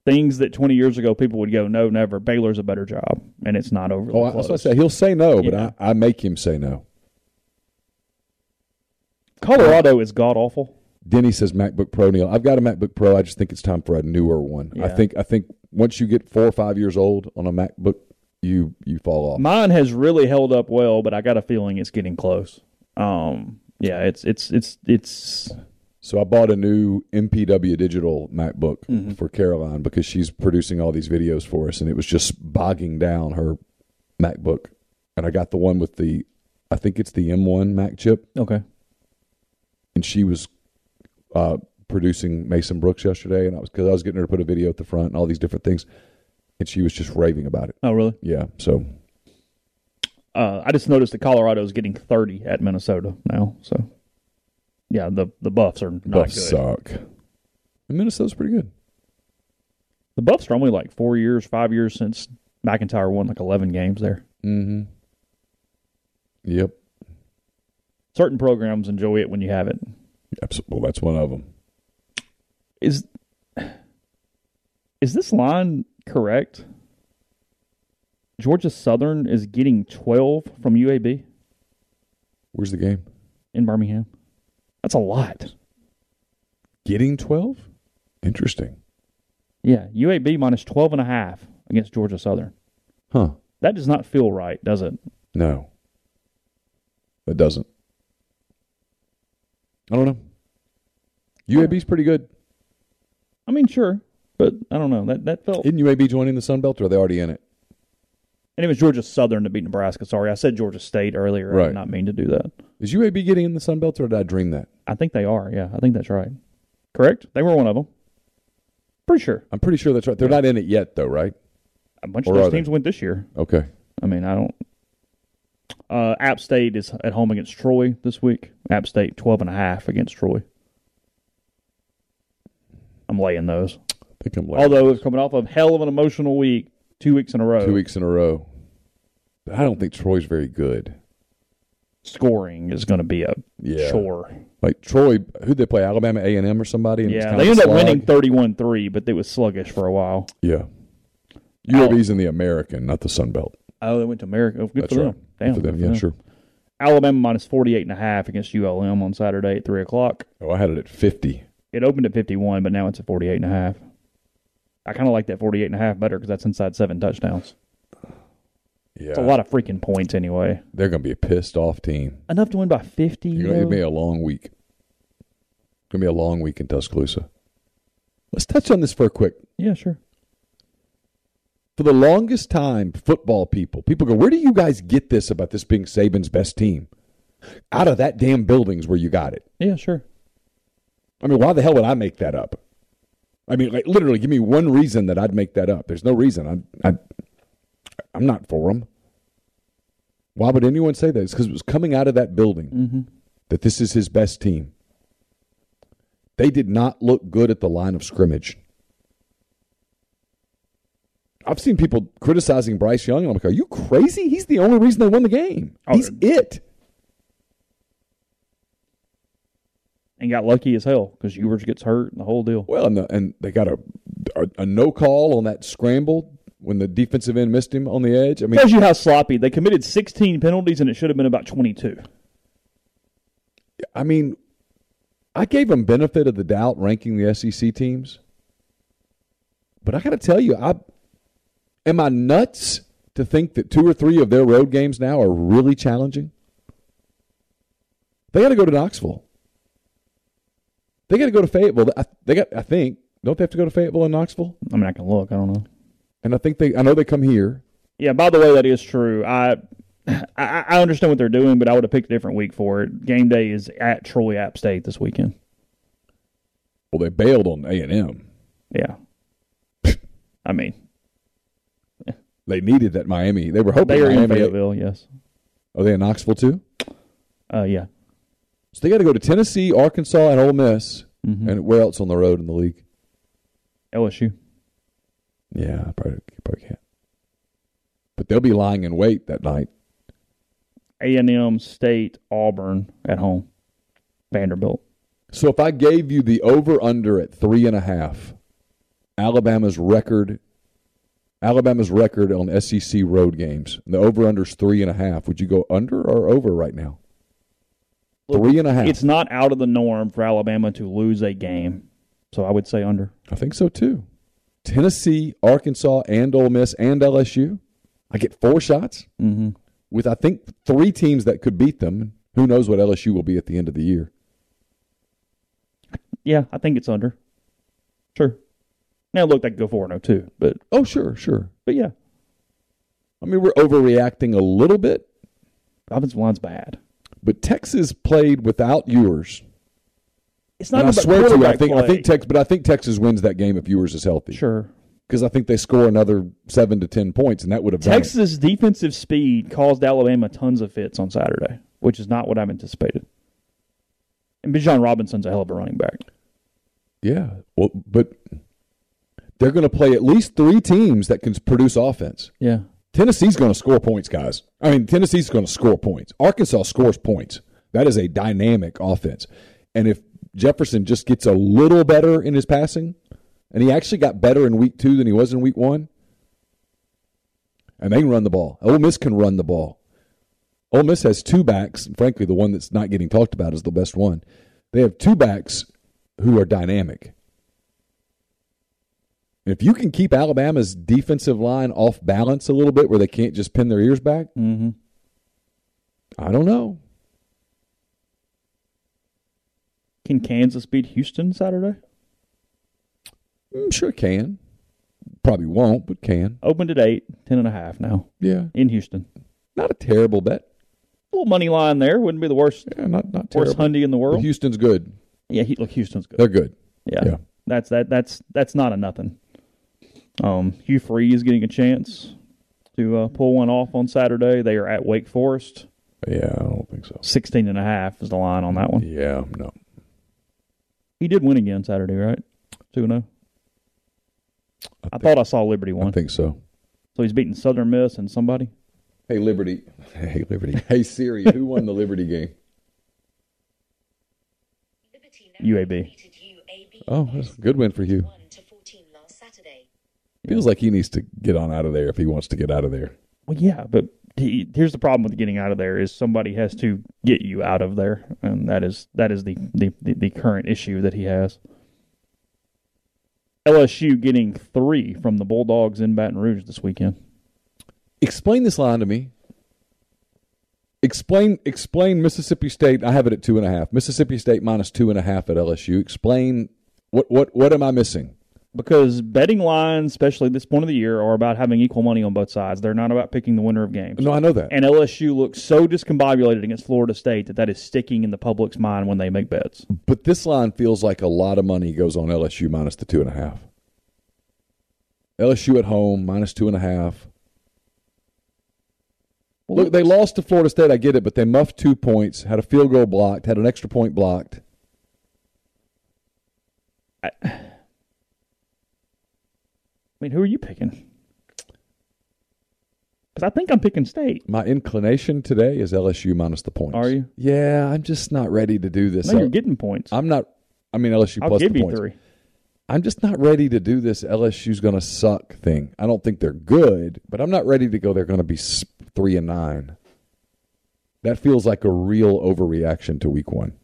S5: Things that twenty years ago people would go, no, never. Baylor's a better job, and it's not over.
S6: Oh, I, that's what I said. He'll say no, but
S5: Yeah.
S6: I, I make him say no.
S5: Colorado is god awful.
S6: Denny says MacBook Pro. Neil, I've got a MacBook Pro. I just think it's time for a newer one. I
S5: Yeah.
S6: think I think once you get four or five years old on a MacBook, you you fall off.
S5: Mine has really held up well, but I got a feeling it's getting close. Um, yeah, it's it's it's it's
S6: So I bought a new MPW digital MacBook
S5: Mm-hmm.
S6: for Caroline because she's producing all these videos for us, and it was just bogging down her MacBook. And I got the one with the, I think it's the M1 Mac chip,
S5: okay.
S6: and she was uh, producing Mason Brooks yesterday, and I was because I was getting her to put a video at the front and all these different things, and she was just raving about it.
S5: Oh, really?
S6: Yeah, so
S5: Uh, I just noticed that Colorado is getting thirty at Minnesota now. So, yeah, the the Buffs are not
S6: Buffs
S5: good.
S6: suck. And Minnesota's pretty good.
S5: The Buffs are only like four years, five years since McIntyre won like eleven games there.
S6: Mm-hmm. Yep.
S5: Certain programs enjoy it when you have it.
S6: Abso- Well, that's one of them.
S5: Is is this line correct? Georgia Southern is getting twelve from UAB.
S6: Where's the game?
S5: in Birmingham. That's a lot.
S6: Getting twelve. Interesting.
S5: Yeah, UAB minus 12 and a half against Georgia Southern.
S6: Huh.
S5: That does not feel right, does it?
S6: No. That doesn't. I don't know. UAB's pretty good.
S5: I mean, sure, but I don't know. That that felt.
S6: Isn't UAB joining the Sun Belt or are they already in it?
S5: and it was Georgia Southern to beat Nebraska. Sorry, I said Georgia State earlier. I
S6: Right.
S5: did not mean to do that.
S6: Is UAB getting in the Sun Belt or did I dream that?
S5: I think they are. Yeah, I think that's right. Correct? They were one of them. Pretty sure.
S6: I'm pretty sure that's right. They're not in it yet though, right?
S5: A bunch
S6: Or
S5: of
S6: are
S5: those
S6: they?
S5: teams went this year.
S6: Okay.
S5: I mean, I don't. Uh, App State is at home against Troy this week. App State 12 and a half against Troy. I'm laying those.
S6: I think I'm late.
S5: Although it's coming off of hell of an emotional week, two weeks in a row.
S6: two weeks in a row. But I don't think Troy's very good.
S5: Scoring is going to be a
S6: Yeah.
S5: chore.
S6: Like Troy, who they play Alabama A and M or somebody. And it was
S5: Yeah,
S6: kind
S5: they
S6: of a
S5: ended up
S6: slog.
S5: winning 31 3, but they was sluggish for a while.
S6: Yeah, UAB's in the American, not the Sun Belt.
S5: Oh, they went to America. Oh, good
S6: That's
S5: for
S6: right.
S5: them. Damn.
S6: For them,
S5: good
S6: yeah, sure.
S5: Alabama minus 48 and a half against ULM on Saturday at 3 o'clock.
S6: Oh, I had it at fifty.
S5: It opened at 51, but now it's at 48 and a half. I kind of like that 48 and a half better because that's inside seven touchdowns.
S6: Yeah,
S5: It's a lot of freaking points anyway.
S6: They're going to be a pissed off team.
S5: Enough to win by 50.
S6: You're going to
S5: though?
S6: be a long week. Going to be a long week in Tuscaloosa. Let's touch on this for a quick.
S5: Yeah, sure.
S6: For the longest time, football people, people go, where do you guys get this about this being Saban's best team? Out of that damn building's where you got it.
S5: Yeah, sure.
S6: I mean, why the hell would I make that up? I mean, like literally, give me one reason that I'd make that up. There's no reason. I, I, I'm not for them. Why would anyone say that? It's because it was coming out of that building that this is his best team. They did not look good at the line of scrimmage. I've seen people criticizing Bryce Young, and I'm like, "Are you crazy? He's the only reason they won the game.
S5: Oh,
S6: He's it."
S5: And got lucky as hell because Ewers gets hurt and the whole deal.
S6: Well, and the, and they got a, a a no call on that scramble when the defensive end missed him on the edge. I mean,
S5: Tells you how sloppy. They committed 16 penalties and it should have been about 22.
S6: I mean, I gave them benefit of the doubt ranking the SEC teams, but I got to tell you, I am I nuts to think that two or three of their road games now are really challenging. They got to go to Knoxville. They got to go to Fayetteville. I, they got, I think, don't they have to go to Fayetteville and Knoxville?
S5: I mean, I can look. I don't know.
S6: And I think they, I know they come here.
S5: Yeah, by the way, that is true. I I, I understand what they're doing, but I would have picked a different week for it. Game day is at Troy App State this weekend.
S6: Well, they bailed on A and M.
S5: Yeah. I mean,
S6: They needed that Miami. They were hoping
S5: they are in
S6: Miami.
S5: Fayetteville, yes.
S6: Are they in Knoxville too?
S5: Uh, yeah.
S6: So they got to go to Tennessee, Arkansas, and Ole Miss, and where else on the road in the league?
S5: LSU.
S6: Yeah, I probably, probably can't. But they'll be lying in wait that night.
S5: A&M, State, Auburn at home. Vanderbilt.
S6: So if I gave you the over under at three and a half, Alabama's record, Alabama's record on SEC road games, and the over under's three and a half. Would you go under or over right now? three and a half.
S5: It's not out of the norm for Alabama to lose a game. So I would say under.
S6: I think so too. Tennessee, Arkansas, and Ole Miss and LSU. I get four shots
S5: Mm-hmm.
S6: with I think three teams that could beat them. Who knows what LSU will be at the end of the year?
S5: Yeah, I think it's under. Sure. Now, look, they could go 4 0 too, but,
S6: Oh, sure, sure.
S5: but yeah,
S6: I mean, we're overreacting a little bit,
S5: offensive line's bad.
S6: but Texas played without Ewers.
S5: It's not
S6: And I
S5: about
S6: swear to you, I
S5: quarterback
S6: think I
S5: play.
S6: think Texas, but I think Texas wins that game if Ewers is healthy.
S5: Sure.
S6: because I think they score another seven to ten points, and that would have done it.
S5: Texas defensive speed caused Alabama tons of fits on Saturday, which is not what I've anticipated. And Bijan Robinson's a hell of a running back.
S6: Yeah. Well, but they're going to play at least three teams that can produce offense.
S5: Yeah.
S6: Tennessee's going to score points, guys. I mean, Tennessee's going to score points. Arkansas scores points. That is a dynamic offense. And if Jefferson just gets a little better in his passing, and he actually got better in week two than he was in week one, and they can run the ball. Ole Miss can run the ball. Ole Miss has two backs, and frankly, the one that's not getting talked about is the best one. They have two backs who are dynamic. If you can keep Alabama's defensive line off balance a little bit where they can't just pin their ears back,
S5: Mm-hmm.
S6: I don't know.
S5: Can Kansas beat Houston Saturday?
S6: I'm Mm, sure it can. Probably won't, but can.
S5: Opened at eight, ten and a half now
S6: Yeah.
S5: in Houston.
S6: Not a terrible bet.
S5: A little money line there wouldn't be the worst
S6: Yeah, not not
S5: worst
S6: terrible.
S5: hundy in the
S6: But
S5: world.
S6: Houston's good.
S5: yeah, he, look, Houston's good.
S6: They're good.
S5: Yeah.
S6: Yeah.
S5: That's that that's that's not a nothing. Um Hugh Freeze getting a chance to uh, pull one off on Saturday. They are at Wake Forest.
S6: Yeah, I don't think so.
S5: 16 and a half is the line on that one.
S6: Yeah, no.
S5: He did win again Saturday, right? 2 0. oh. I, thought I saw Liberty
S6: I
S5: won.
S6: think so.
S5: So he's beating Southern Miss and somebody.
S6: Hey Liberty. Hey Liberty. Hey Siri, who won the Liberty game?
S5: UAB.
S6: Oh, that's a good win for you. Feels like he needs to get on out of there if he wants to get out of there.
S5: Well, yeah, but he, here's the problem with getting out of there is somebody has to get you out of there, and that is that is the the, the, the current issue that he has. LSU getting three from the Bulldogs in Baton Rouge this weekend.
S6: Explain this line to me. Explain explain Mississippi State. I have it at two and a half. Mississippi State minus two and a half at LSU. Explain what what what am I missing?
S5: Because betting lines, especially this point of the year, are about having equal money on both sides. They're not about picking the winner of games.
S6: No, I know that.
S5: And LSU looks so discombobulated against Florida State that that is sticking in the public's mind when they make bets.
S6: But this line feels like a lot of money goes on LSU minus the two and a half. LSU at home minus two and a half. Look, they lost to Florida State. I get it, but they muffed two points, had a field goal blocked, had an extra point blocked.
S5: I mean, who are you picking? Because I think I'm picking State.
S6: My inclination today is LSU minus the points.
S5: Are you?
S6: Yeah, I'm just not ready to do this.
S5: No, you're getting points.
S6: I'm not. I mean, LSU
S5: I'll
S6: plus
S5: give
S6: the
S5: you
S6: points.
S5: three.
S6: I'm just not ready to do this. LSU's going to suck thing. I don't think they're good, but I'm not ready to go. They're going to be s- three and nine. That feels like a real overreaction to week one.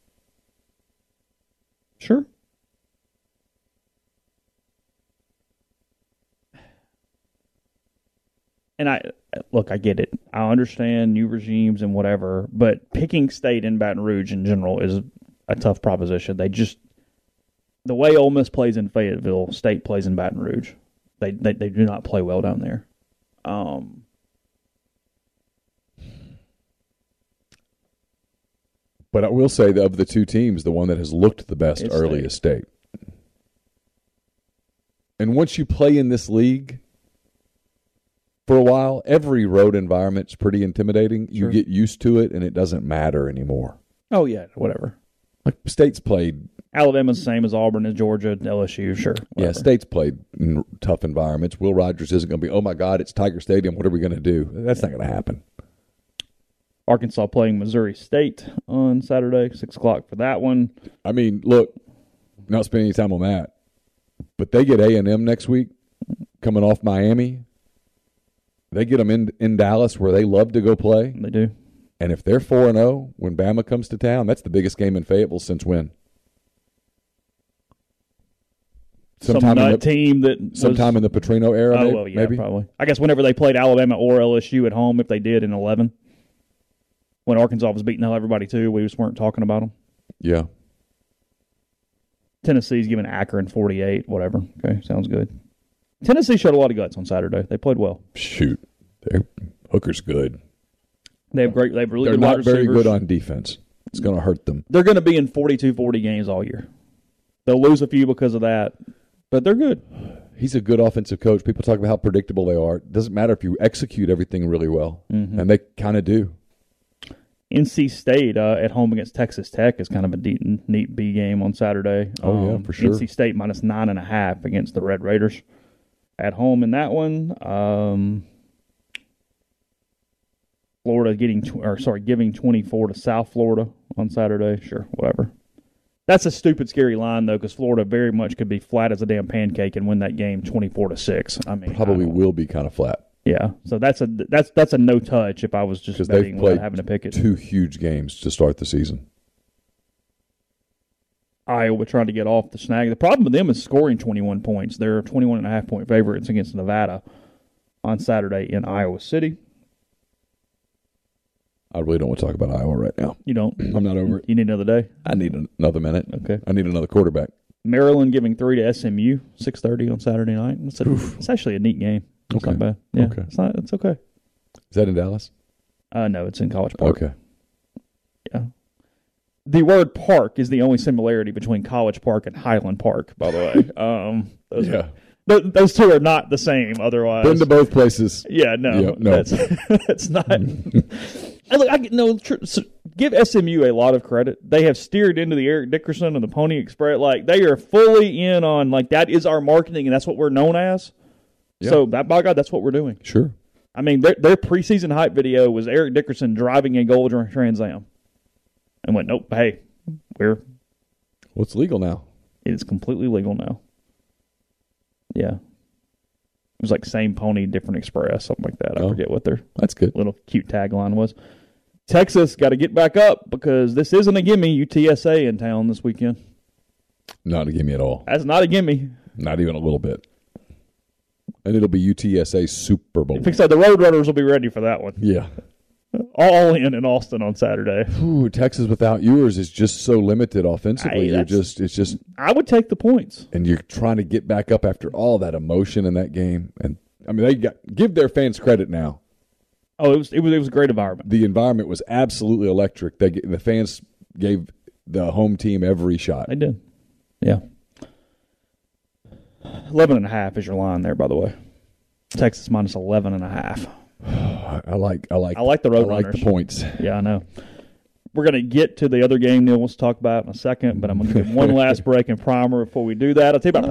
S5: Sure. And I look, I get it. I understand new regimes and whatever, but picking state in Baton Rouge in general is a tough proposition. They just the way Ole Miss plays in Fayetteville, state plays in Baton Rouge. They they, they do not play well down there. Um
S6: But I will say that of the two teams, the one that has looked the best
S5: It's
S6: early
S5: State.
S6: is State. And once you play in this league for a while, every road environment's pretty intimidating. You get used to it, and it doesn't matter anymore.
S5: oh yeah, whatever.
S6: Like State's played
S5: Alabama's the same as Auburn as Georgia, LSU, sure.
S6: Yeah,
S5: whatever.
S6: states played in tough environments. Will Rogers isn't going to be, oh my God, it's Tiger Stadium. What are we going to do? That's not going to happen.
S5: Arkansas playing Missouri State on Saturday, six o'clock for that one.
S6: I mean, look, not spending any time on that, but they get A and M next week, coming off Miami. They get them in in Dallas where they love to go play,
S5: They do.
S6: and if they're four and zero when Bama comes to town, that's the biggest game in Fayetteville since when?
S5: Some
S6: Sometime
S5: nut
S6: in the,
S5: team that was-
S6: sometime in the Petrino era,
S5: oh
S6: may-
S5: well, yeah,
S6: maybe.
S5: probably. I guess whenever they played Alabama or LSU at home, if they did in eleven, when Arkansas was beating hell everybody too, we just weren't talking about them.
S6: Yeah,
S5: Tennessee's giving Akron forty eight, whatever. Okay, sounds good. Tennessee showed a lot of guts on Saturday. They played well.
S6: shoot, They're- Hooker's good.
S5: They have great. They have really
S6: They're
S5: good
S6: not
S5: wide
S6: very
S5: receivers.
S6: good on defense. It's going to hurt them.
S5: they're going to be in 42-40 games all year. They'll lose a few because of that, but they're good.
S6: He's a good offensive coach. People talk about how predictable they are. It doesn't matter if you execute everything really well,
S5: Mm-hmm.
S6: and they kind of do.
S5: NC State uh, at home against Texas Tech is kind of a neat, neat B game on Saturday.
S6: Oh, yeah, for sure.
S5: NC State minus nine and a half against the Red Raiders at home in that one. Um, Florida getting tw- or sorry giving twenty four to South Florida on Saturday. Sure, whatever. That's a stupid, scary line though, because Florida very much could be flat as a damn pancake and win that game twenty four to six. I mean, I
S6: Probably
S5: don't-
S6: will be kind of flat
S5: yeah. So that's a that's that's a no touch if I was just
S6: because they've
S5: betting without
S6: played
S5: having to pick it.
S6: two huge games to start the season.
S5: Iowa trying to get off the snag. The problem with them is scoring 21 points. They're 21 and a half point favorites against Nevada on Saturday in Iowa City.
S6: I really don't want to talk about Iowa right now.
S5: You don't.
S6: I'm not over it.
S5: You need another day.
S6: I need an- another minute.
S5: Okay.
S6: I need another quarterback.
S5: Maryland giving three to SMU, 6:30 on Saturday night. It's, a, it's actually a neat game. It's
S6: Okay.
S5: not bad. Yeah,
S6: Okay.
S5: it's not. It's okay.
S6: Is that in Dallas?
S5: Uh, no, it's in College Park.
S6: Okay.
S5: Yeah. The word "park" is the only similarity between College Park and Highland Park. By the way, um, those,
S6: Yeah.
S5: th- those two are not the same. Otherwise,
S6: Been to both places.
S5: Yeah, no,
S6: Yeah, no.
S5: that's that's not. I look, I get- no tr- s- give SMU a lot of credit. They have steered into the Eric Dickerson and the Pony Express. Like they are fully in on like that is our marketing and that's what we're known as.
S6: Yeah.
S5: So that by God, that's what we're doing.
S6: Sure.
S5: I mean, their, their preseason hype video was Eric Dickerson driving a gold Tran- Trans Am, and went, nope, hey, we're
S6: Well, it's legal now.
S5: it is completely legal now. Yeah, it was like same pony, different express, something like that. I
S6: Oh.
S5: forget what their
S6: That's good.
S5: little cute tagline was. Texas got to get back up because this isn't a gimme. UTSA in town this weekend.
S6: Not a gimme at all.
S5: That's not a gimme.
S6: Not even a little bit. And it'll be UTSA Super Bowl.
S5: It looks like the Roadrunners will be ready for that one.
S6: Yeah.
S5: All in in Austin on Saturday.
S6: Ooh, Texas without yours is just so limited offensively.
S5: Hey,
S6: you're
S5: that's-
S6: just it's just
S5: I would take the points.
S6: and you're trying to get back up after all that emotion in that game. And I mean, they got give their fans credit now.
S5: Oh, it was it was it was a great environment.
S6: The environment was absolutely electric. They the fans gave the home team every shot.
S5: I did. Yeah. 11 and a half is your line there, by the way. Texas minus 11 and a half.
S6: I, I like I like
S5: I like the
S6: I
S5: road
S6: like the
S5: runners.
S6: points.
S5: Yeah, I know. We're going to get to the other game Neil wants to talk about in a second, but I'm going to give him one last break and primer before we do that. I'll tell you about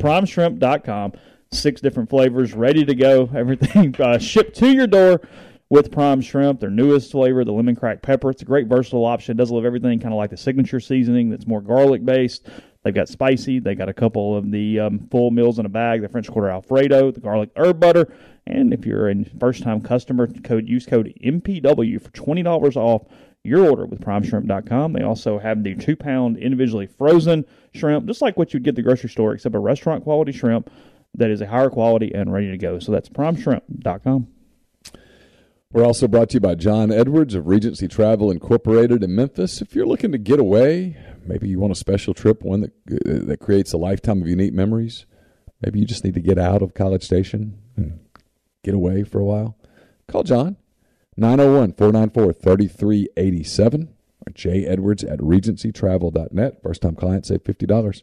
S5: Prime Shrimp. PrimeShrimp.com. Six different flavors ready to go. Everything uh, shipped to your door with Prime Shrimp. Their newest flavor, the lemon cracked pepper. It's a great versatile option. It does love everything, kind of like the signature seasoning that's more garlic based. They've got spicy. They got a couple of the um, full meals in a bag, the French Quarter Alfredo, the garlic herb butter. And if you're a first time customer, code use code MPW for $20 off your order with primeshrimp.com. They also have the two pound individually frozen shrimp, just like what you'd get at the grocery store, except a restaurant quality shrimp that is a higher quality and ready to go. So that's primeshrimp.com.
S6: We're also brought to you by John Edwards of Regency Travel Incorporated in Memphis. If you're looking to get away, maybe you want a special trip, one that uh, that creates a lifetime of unique memories. Maybe you just need to get out of College Station and get away for a while. Call John 901-494-3387 or J Edwards at regencytravel.net. First time clients save $50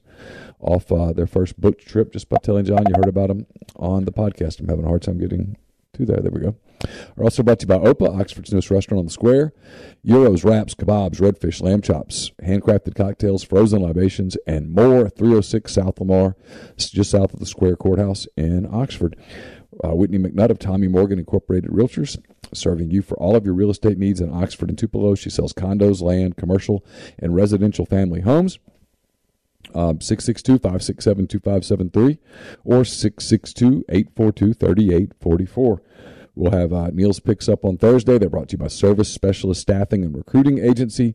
S6: off uh, their first booked trip just by telling John you heard about him on the podcast. I'm having a hard time getting to there. There we go. We're also brought to you by OPA, Oxford's newest restaurant on the square. Euros, wraps, kebabs, redfish, lamb chops, handcrafted cocktails, frozen libations, and more. 306 South Lamar, s- just south of the Square Courthouse in Oxford. Uh, Whitney McNutt of Tommy Morgan Incorporated Realtors, serving you for all of your real estate needs in Oxford and Tupelo. She sells condos, land, commercial, and residential family homes. 662 567 2573 or 662 842 3844. We'll have uh, Neil's Picks Up on Thursday. They're brought to you by Service Specialist Staffing and Recruiting Agency.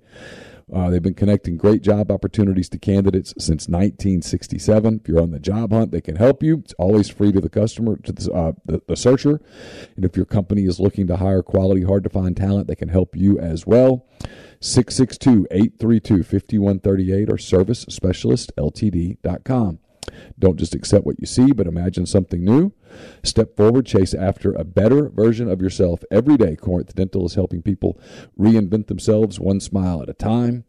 S6: Uh, they've been connecting great job opportunities to candidates since 1967. If you're on the job hunt, they can help you. It's always free to the customer, to the, uh, the, the searcher. And if your company is looking to hire quality, hard to find talent, they can help you as well. 662-832-5138 or service specialist ltd.com. Don't just accept what you see, but imagine something new. Step forward, chase after a better version of yourself every day. Corinth Dental is helping people reinvent themselves one smile at a time.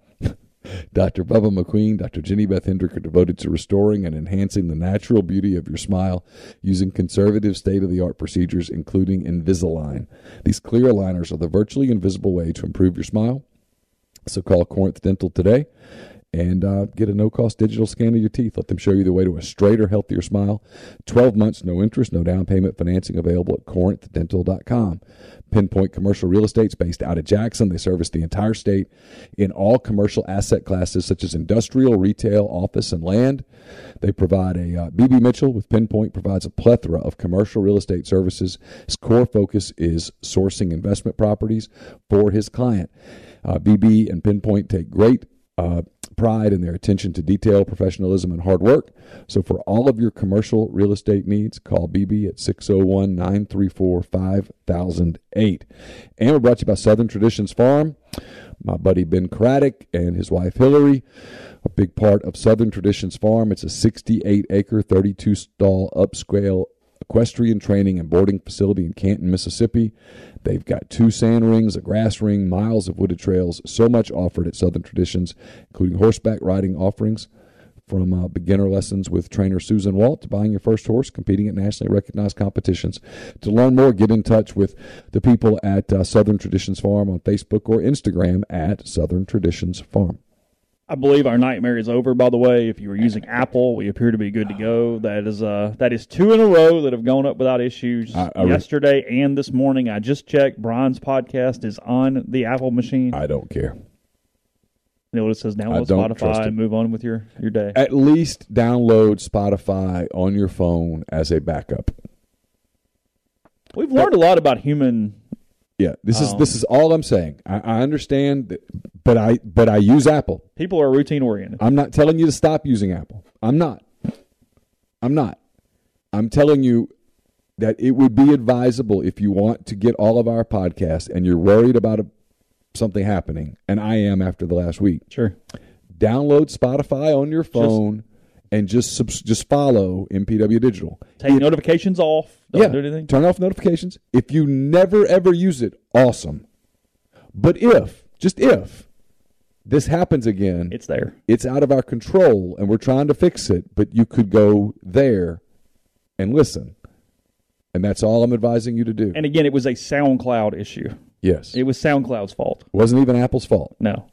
S6: Dr. Bubba McQueen, Dr. Jenny Beth Hendrick are devoted to restoring and enhancing the natural beauty of your smile using conservative state of the art procedures, including Invisalign. These clear aligners are the virtually invisible way to improve your smile. So call Corinth Dental today and uh, get a no cost digital scan of your teeth. Let them show you the way to a straighter, healthier smile. 12 months, no interest, no down payment financing available at corinthdental.com. Pinpoint Commercial Real Estate's based out of Jackson. They service the entire state in all commercial asset classes such as industrial, retail, office, and land. They provide a uh, BB Mitchell with Pinpoint provides a plethora of commercial real estate services. His core focus is sourcing investment properties for his client. Uh, BB and Pinpoint take great uh, pride in their attention to detail, professionalism, and hard work. So, for all of your commercial real estate needs, call BB at 601 934 5008. And we're brought to you by Southern Traditions Farm. My buddy Ben Craddock and his wife Hillary, a big part of Southern Traditions Farm. It's a 68 acre, 32 stall upscale equestrian training and boarding facility in Canton, Mississippi. They've got two sand rings, a grass ring, miles of wooded trails, so much offered at Southern Traditions, including horseback riding offerings, from uh, beginner lessons with trainer Susan Walt to buying your first horse, competing at nationally recognized competitions. To learn more, get in touch with the people at uh, Southern Traditions Farm on Facebook or Instagram at Southern Traditions Farm.
S5: I believe our nightmare is over. By the way, if you were using Apple, we appear to be good to go. That is uh, that is two in a row that have gone up without issues.
S6: I- I re-
S5: yesterday and this morning, I just checked. Brian's podcast is on the Apple machine.
S6: I don't care.
S5: You know what it says?
S6: I
S5: Download
S6: don't trust
S5: Spotify
S6: it.
S5: and move on with your your day.
S6: At least download Spotify on your phone as a backup.
S5: We've learned a lot about human.
S6: Yeah, this is this is all I'm saying. I, I understand, that, but I but I use Apple.
S5: People are routine oriented.
S6: I'm not telling you to stop using Apple. I'm not. I'm not. I'm telling you that it would be advisable if you want to get all of our podcasts and you're worried about a, something happening, and I am after the last week.
S5: Sure.
S6: Download Spotify on your phone and just subs- just follow MPW Digital.
S5: Take notifications off. Don't do anything.
S6: Turn off notifications. If you never ever use it, awesome. But if, just if, this happens again,
S5: It's there.
S6: it's out of our control and we're trying to fix it, but you could go there and listen. And that's all I'm advising you to do.
S5: And again, it was a SoundCloud issue.
S6: yes.
S5: It
S6: It
S5: was SoundCloud's fault.
S6: wasn't even Apple's fault.
S5: No.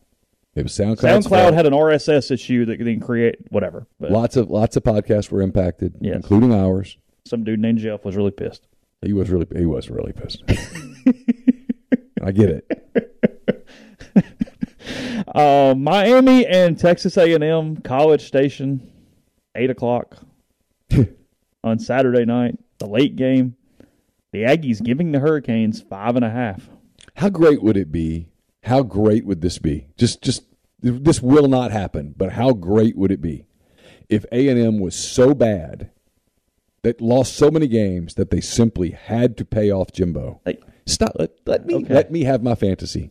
S6: It was SoundCloud's
S5: SoundCloud
S6: fault.
S5: had an RSS issue that then create whatever. But
S6: lots of lots of podcasts were impacted,
S5: Yes.
S6: including ours.
S5: some dude named Jeff was really pissed.
S6: He was really he was really pissed. I get it.
S5: Uh, Miami and Texas A&M College Station, eight o'clock on Saturday night. The late game. The Aggies giving the Hurricanes five and a half.
S6: How great would it be? How great would this be? Just just this will not happen, but how great would it be if A&M was so bad that lost so many games that they simply had to pay off Jimbo?
S5: Like,
S6: Stop let, let me
S5: Okay. Mm-hmm.
S6: let me have my fantasy.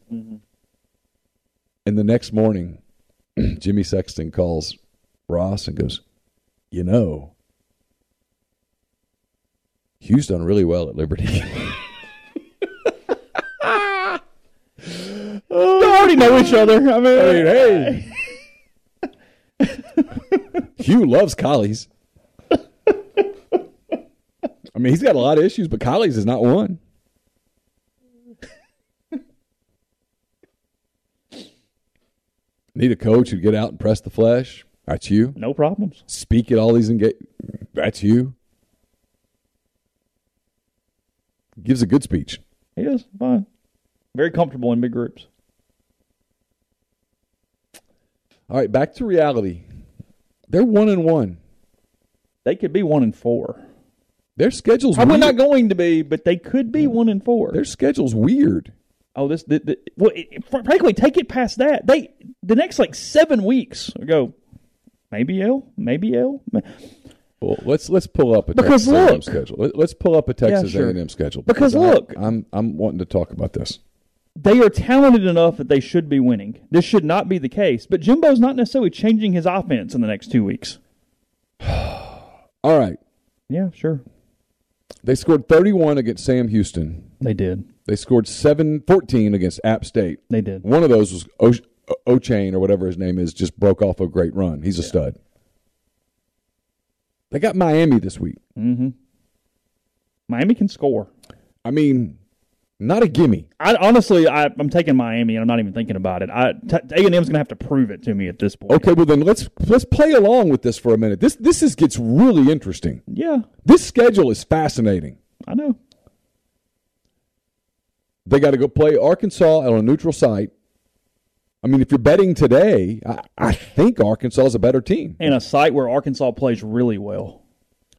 S6: And the next morning, Jimmy Sexton calls Ross and goes, "You know, Hugh's done really well at Liberty."
S5: they already know each other. I mean,
S6: hey. Hugh loves collies. I mean, he's got a lot of issues, but collies is not one. Need a coach who'd get out and press the flesh. That's you.
S5: no problems.
S6: Speak at all these engage. That's you. Gives a good speech.
S5: He is fine. Very comfortable in big groups.
S6: All right, back to reality. They're one and one.
S5: They could be one and four.
S6: Their schedule's
S5: Probably
S6: weird.
S5: not going to be, Mm. but they could be one and four.
S6: Their schedule's weird.
S5: oh, this. The, the, well, it, it- fr- frankly, take it past that. They the next like seven weeks go. Maybe L, maybe L. ma-
S6: Well, let's let's pull up a
S5: Because
S6: Texas A&M
S5: look-
S6: schedule. Let, us pull up a Texas
S5: sure.
S6: A&M schedule
S5: Because
S6: I-
S5: look-
S6: I'm I'm wanting to talk about this.
S5: They are talented enough that they should be winning. This should not be the case. But Jimbo's not necessarily changing his offense in the next two weeks.
S6: All right,
S5: Yeah, sure,
S6: they scored 31 against Sam Houston.
S5: they did.
S6: They scored 7 14 against App State.
S5: They did.
S6: One of those was o- O'Chain or whatever his name is just broke off a great run. He's a stud. They got Miami this week.
S5: Miami can score.
S6: I mean, not a gimme.
S5: I honestly, I, I'm taking Miami, and I'm not even thinking about it. I t- A&M's going to have to prove it to me at this point.
S6: Okay, well then let's let's play along with this for a minute. This this is gets really interesting.
S5: Yeah,
S6: This schedule is fascinating.
S5: I know.
S6: They got to go play Arkansas on a neutral site. I mean, if you're betting today, I, I think Arkansas is a better team
S5: In a site where Arkansas plays really well,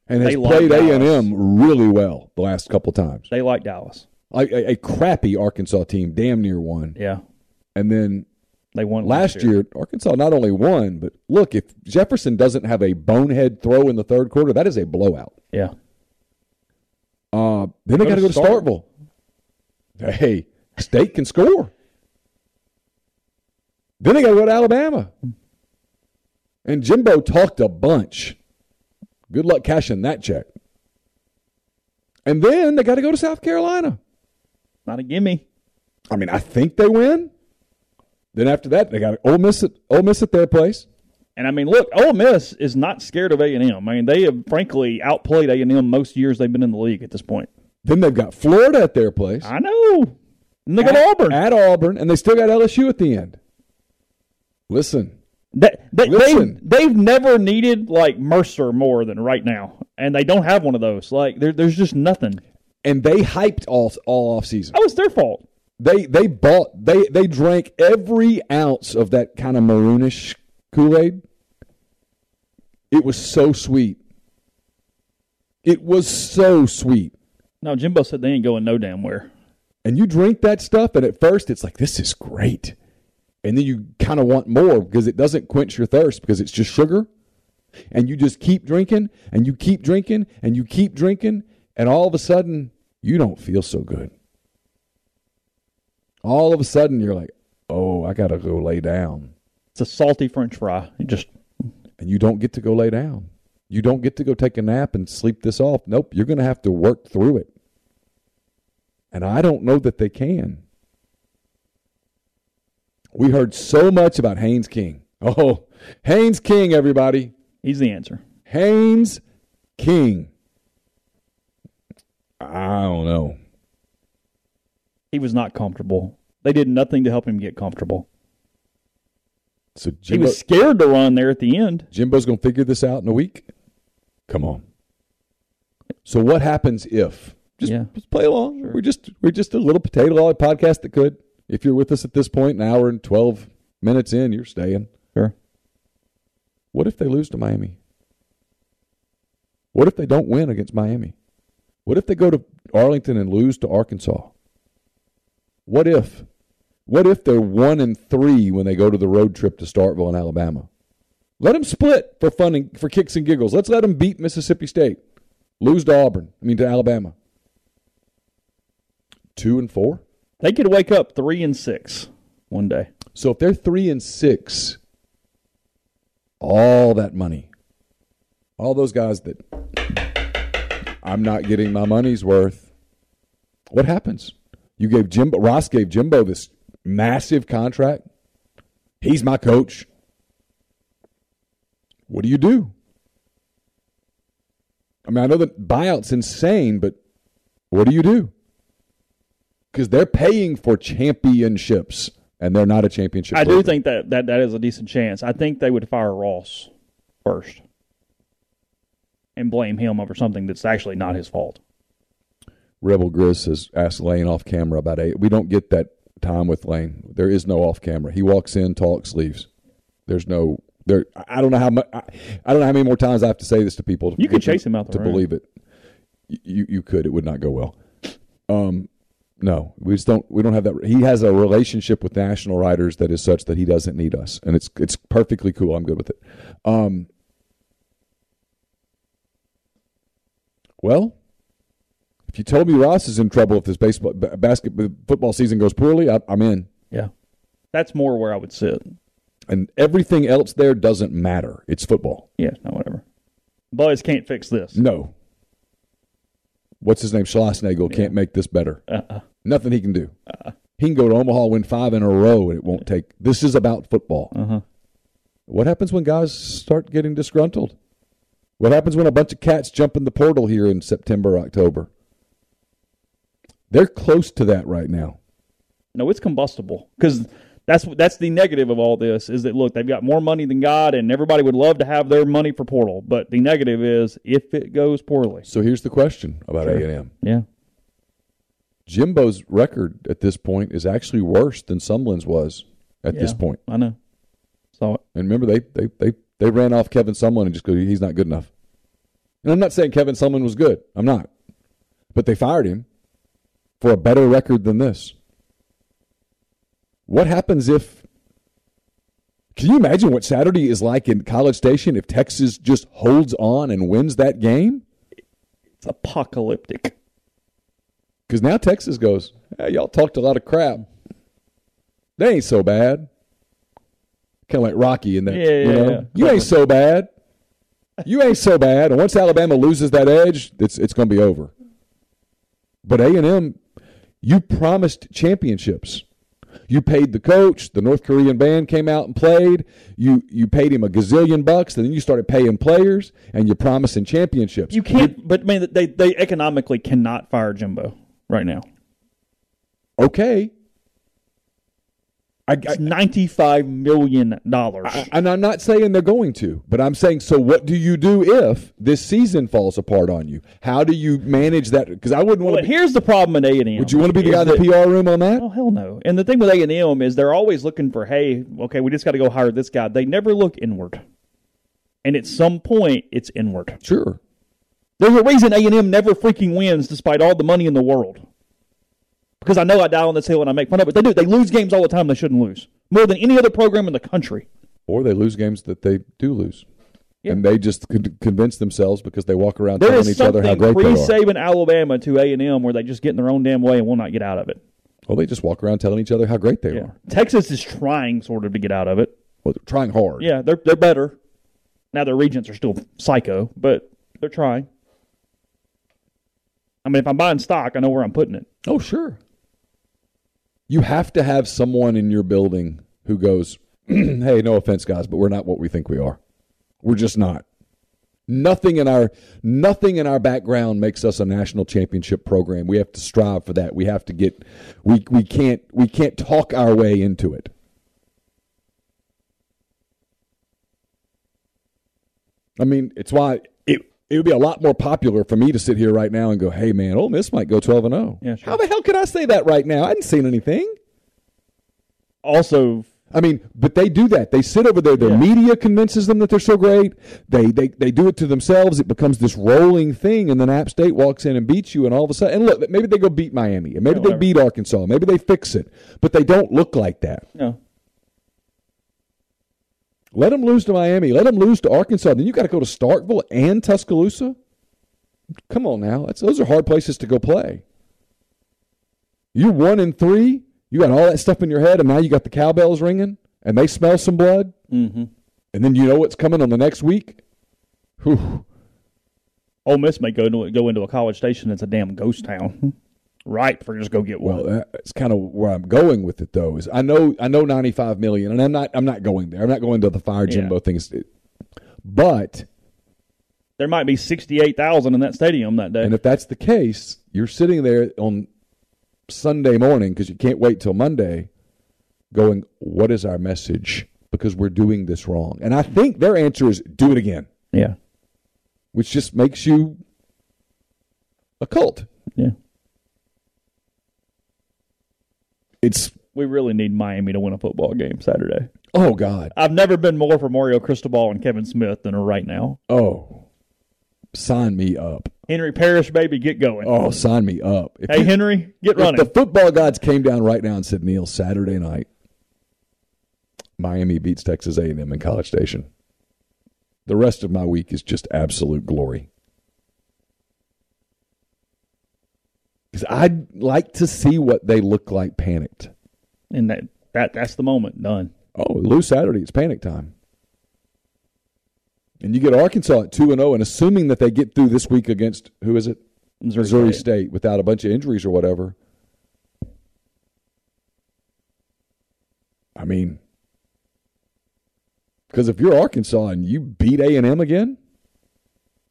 S6: and has
S5: They love
S6: played A
S5: Dallas.
S6: and M really well the last couple times.
S5: they like Dallas.
S6: A, a, a crappy Arkansas team, damn near won,
S5: Yeah,
S6: and then
S5: they won
S6: last year Arkansas not only won, but look, if Jefferson doesn't have a bonehead throw in the third quarter, that is a blowout.
S5: Yeah,
S6: Uh, then they
S5: Go
S6: got
S5: to
S6: to go to Starkville. Hey, State can score. Then they got to go to Alabama. And Jimbo talked a bunch. Good luck cashing that check. And then they got to go to South Carolina.
S5: not a gimme.
S6: I mean, I think they win. Then after that, they got Ole Miss at Ole Miss at their place.
S5: And I mean, look, Ole Miss is not scared of A and I mean, they have frankly outplayed A and M most years they've been in the league at this point.
S6: Then they've got Florida at their place,
S5: I know. And they got Auburn.
S6: at Auburn, and they still got LSU at the end. Listen,
S5: That, they,
S6: Listen.
S5: they've, they've never needed like Mercer more than right now, and they don't have one of those. Like there, there's just nothing.
S6: and they hyped all all offseason.
S5: Oh, it's their fault.
S6: They they bought they they drank every ounce of that kind of maroonish Kool Aid. It was so sweet. It was so sweet.
S5: No, Jimbo said they ain't going no damn where.
S6: And you drink that stuff, and at first it's like this is great, and then you kind of want more because it doesn't quench your thirst because it's just sugar, and you just keep drinking and you keep drinking and you keep drinking, and all of a sudden you don't feel so good. All of a sudden you're like, oh, I gotta go lay down,
S5: It's a salty French fry. It just
S6: and you don't get to go lay down. You don't get to go take a nap and sleep this off. Nope, you're going to have to work through it. And I don't know that they can. We heard so much about Haynes King. Oh, Haynes King, everybody.
S5: he's the answer.
S6: Haynes King. I don't know.
S5: He was not comfortable. They did nothing to help him get comfortable.
S6: So
S5: He
S6: Jimbo,
S5: was scared to run there at the end.
S6: Jimbo's going to figure this out in a week? Come on. So what happens if? Just
S5: yeah.
S6: just play along. We're just we're just a little potato log podcast that could. If you're with us at this point, an hour and twelve minutes in, you're staying.
S5: Sure.
S6: What if they lose to Miami? What if they don't win against Miami? What if they go to Arlington and lose to Arkansas? What if? What if they're one and three when they go to the road trip to Startville in Alabama? Let them split for fun and for kicks and giggles. Let's let them beat Mississippi State, lose to Auburn. I mean to Alabama. Two and four.
S5: They could wake up three and six one day.
S6: So if they're three and six, all that money, all those guys that I'm not getting my money's worth, what happens? You gave Jimbo, Ross gave Jimbo this massive contract. He's my coach. What do you do? I mean, I know that buyout's insane, but what do you do? Because they're paying for championships, and they're not a championship.
S5: I do
S6: program.
S5: think that, that that is a decent chance. I think they would fire Ross first and blame him over something that's actually not his fault.
S6: Rebel Grizz has asked Lane off camera about eight. We don't get that time with Lane. There is no off camera. He walks in, talks, leaves. There's no there. I- I don't know how much. I, I don't know how many more times I have to say this to people.
S5: You could
S6: to-
S5: chase him out the
S6: to
S5: room.
S6: believe it. You you could. It would not go well. Um, no, we just don't. We don't have that. He has a relationship with national writers that is such that he doesn't need us, and it's it's perfectly cool. I'm good with it. Um, well, if you told me Ross is in trouble if this baseball ba- basketball football season goes poorly, I, I'm in.
S5: Yeah. That's more where I would sit.
S6: And everything else there doesn't matter. It's football.
S5: Yeah, no, whatever. Boys can't fix this.
S6: No. What's his name? Schlossnagel can't make this better. Nothing he can do. He can go to Omaha, win five in a row, and it won't take. This is about football. What happens when guys start getting disgruntled? What happens when a bunch of cats jump in the portal here in September, October? They're close to that right now.
S5: No, it's combustible because that's that's the negative of all this is that look they've got more money than God and everybody would love to have their money for Portal, but the negative is if it goes poorly.
S6: So here's the question about A and M.
S5: Yeah,
S6: Jimbo's record at this point is actually worse than Sumlin's was at this
S5: Yeah,
S6: point.
S5: I know. Saw it.
S6: And remember, they they they they ran off Kevin Sumlin and just go, he's not good enough. And I'm not saying Kevin Sumlin was good. I'm not, but they fired him for a better record than this. What happens if? Can you imagine what Saturday is like in College Station if Texas just holds on and wins that game?
S5: It's apocalyptic.
S6: Because now Texas goes, hey, y'all talked a lot of crap. They ain't so bad. Kind of like Rocky in that.
S5: Yeah, yeah,
S6: you, know?
S5: yeah.
S6: you ain't so bad. You ain't so bad. And once Alabama loses that edge, it's it's going to be over. But A and M, you promised championships. You paid the coach. The North Korean band came out and played. You you paid him a gazillion bucks, and then you started paying players, and you're promising championships.
S5: You can't, but I mean, they, they economically cannot fire Jimbo right now.
S6: okay. I, I-
S5: It's $95 million.
S6: I- and I'm not saying they're going to, but I'm saying, so what do you do if this season falls apart on you? How do you manage that? Because I wouldn't want
S5: Well,
S6: to.
S5: here's the problem at A&M.
S6: Would you want to be the guy in the PR room on that?
S5: Oh hell no! And the thing with A and M is they're always looking for, hey, okay, we just got to go hire this guy. They never look inward, and at some point, it's inward.
S6: Sure.
S5: There's a reason A and M never freaking wins despite all the money in the world. Because I know I die on this hill and I make fun of it. They do. They lose games all the time. They shouldn't lose more than any other program in the country.
S6: Or they lose games that they do lose.
S5: Yeah.
S6: And they just con- convince themselves because they walk around
S5: There
S6: telling
S5: is
S6: each other how
S5: something
S6: great they are.
S5: pre-saving Alabama to A and M where they just get in their own damn way and will not get out of it.
S6: Well, they just walk around telling each other how great they are.
S5: Texas is trying sort of to get out of it.
S6: Well, they're trying hard.
S5: Yeah, they're they're better. Now their regents are still psycho, but they're trying. I mean, if I'm buying stock, I know where I'm putting it.
S6: Oh, sure. You have to have someone in your building who goes, "Hey, no offense, guys, but we're not what we think we are. We're just not. Nothing in our nothing in our background makes us a national championship program. We have to strive for that. We have to get we we can't we can't talk our way into it." I mean, it's why it it would be a lot more popular for me to sit here right now and go, "Hey, man, Ole Miss might go twelve and zero."
S5: Yeah, sure.
S6: How the hell could I say that right now? I hadn't seen anything.
S5: Also,
S6: I mean, but they do that. They sit over there. Their
S5: Yeah.
S6: media convinces them that they're so great. They, they they do it to themselves. It becomes this rolling thing, and then App State walks in and beats you, and all of a sudden, and look, maybe they go beat Miami, and maybe
S5: Yeah,
S6: they
S5: whatever.
S6: beat Arkansas, maybe they fix it, but they don't look like that.
S5: no,
S6: Let them lose to Miami. Let them lose to Arkansas. Then you got to go to Starkville and Tuscaloosa. Come on now, That's, those are hard places to go play. You're one and three. You got all that stuff in your head, and now you got the cowbells ringing, and they smell some blood. Mm-hmm. And then you know what's coming on the next week. Whew.
S5: Ole Miss may go into, go into a college station that's a damn ghost town, right? For just go get
S6: Well, uh,
S5: one.
S6: that's kind of where I'm going with it, though. Is I know I know 95 million, and I'm not I'm not going there. I'm not going to the fire Jimbo
S5: Yeah.
S6: things, but.
S5: there might be sixty-eight thousand in that stadium that day.
S6: And if that's the case, you're sitting there on Sunday morning because you can't wait till Monday going, What is our message? Because we're doing this wrong. And I think their answer is do it again,
S5: yeah,
S6: which just makes you a cult.
S5: yeah.
S6: It's,
S5: We really need Miami to win a football game Saturday.
S6: oh God.
S5: I've never been more for Mario Cristobal and Kevin Smith than right now.
S6: Oh, sign me up.
S5: Henry Parrish, baby, get going.
S6: Oh, sign me up. If
S5: hey,
S6: you-
S5: Henry, get
S6: If
S5: running.
S6: the football gods came down right now and said, Neil, Saturday night, Miami beats Texas A&M in College Station. The rest of my week is just absolute glory. Because I'd like to see what they look like panicked.
S5: and that, that that's the moment. Done.
S6: Oh, lose Saturday, it's panic time. And you get Arkansas at 2 and 0, and assuming that they get through this week against, who is it?
S5: Missouri
S6: Missouri
S5: State.
S6: State without a bunch of injuries or whatever. I mean, because if you're Arkansas and you beat A and M again,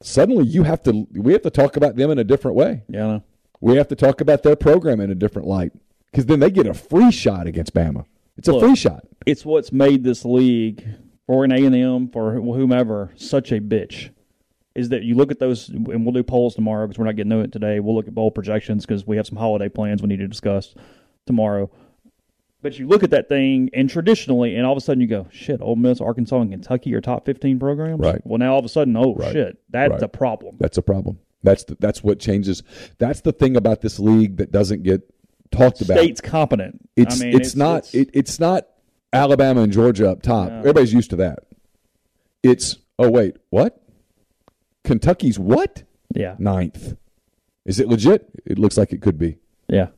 S6: suddenly you have to. We have to talk about them in a different way.
S5: Yeah, I know.
S6: We have to talk about their program in a different light. Because then they get a free shot against Bama. It's a
S5: Look.
S6: free shot.
S5: it's what's made this league for an A&M for whomever such a bitch is that you look at those and we'll do polls tomorrow because we're not getting to it today. We'll look at bowl projections because we have some holiday plans we need to discuss tomorrow. But you look at that thing and traditionally and all of a sudden you go, shit, Ole Miss, Arkansas and Kentucky are top 15 programs.
S6: Right.
S5: Well, now all of a sudden, oh
S6: Right.
S5: shit, that's
S6: Right.
S5: a problem.
S6: That's a problem. That's the, that's what changes. That's the thing about this league that doesn't get talked about.
S5: State's competent.
S6: It's
S5: I mean,
S6: it's, not
S5: it's-
S6: it, it's not Alabama and Georgia up top. Everybody's used to that. It's oh wait what? Kentucky's what
S5: yeah.
S6: ninth? Is it legit? It looks like it could be.
S5: Yeah.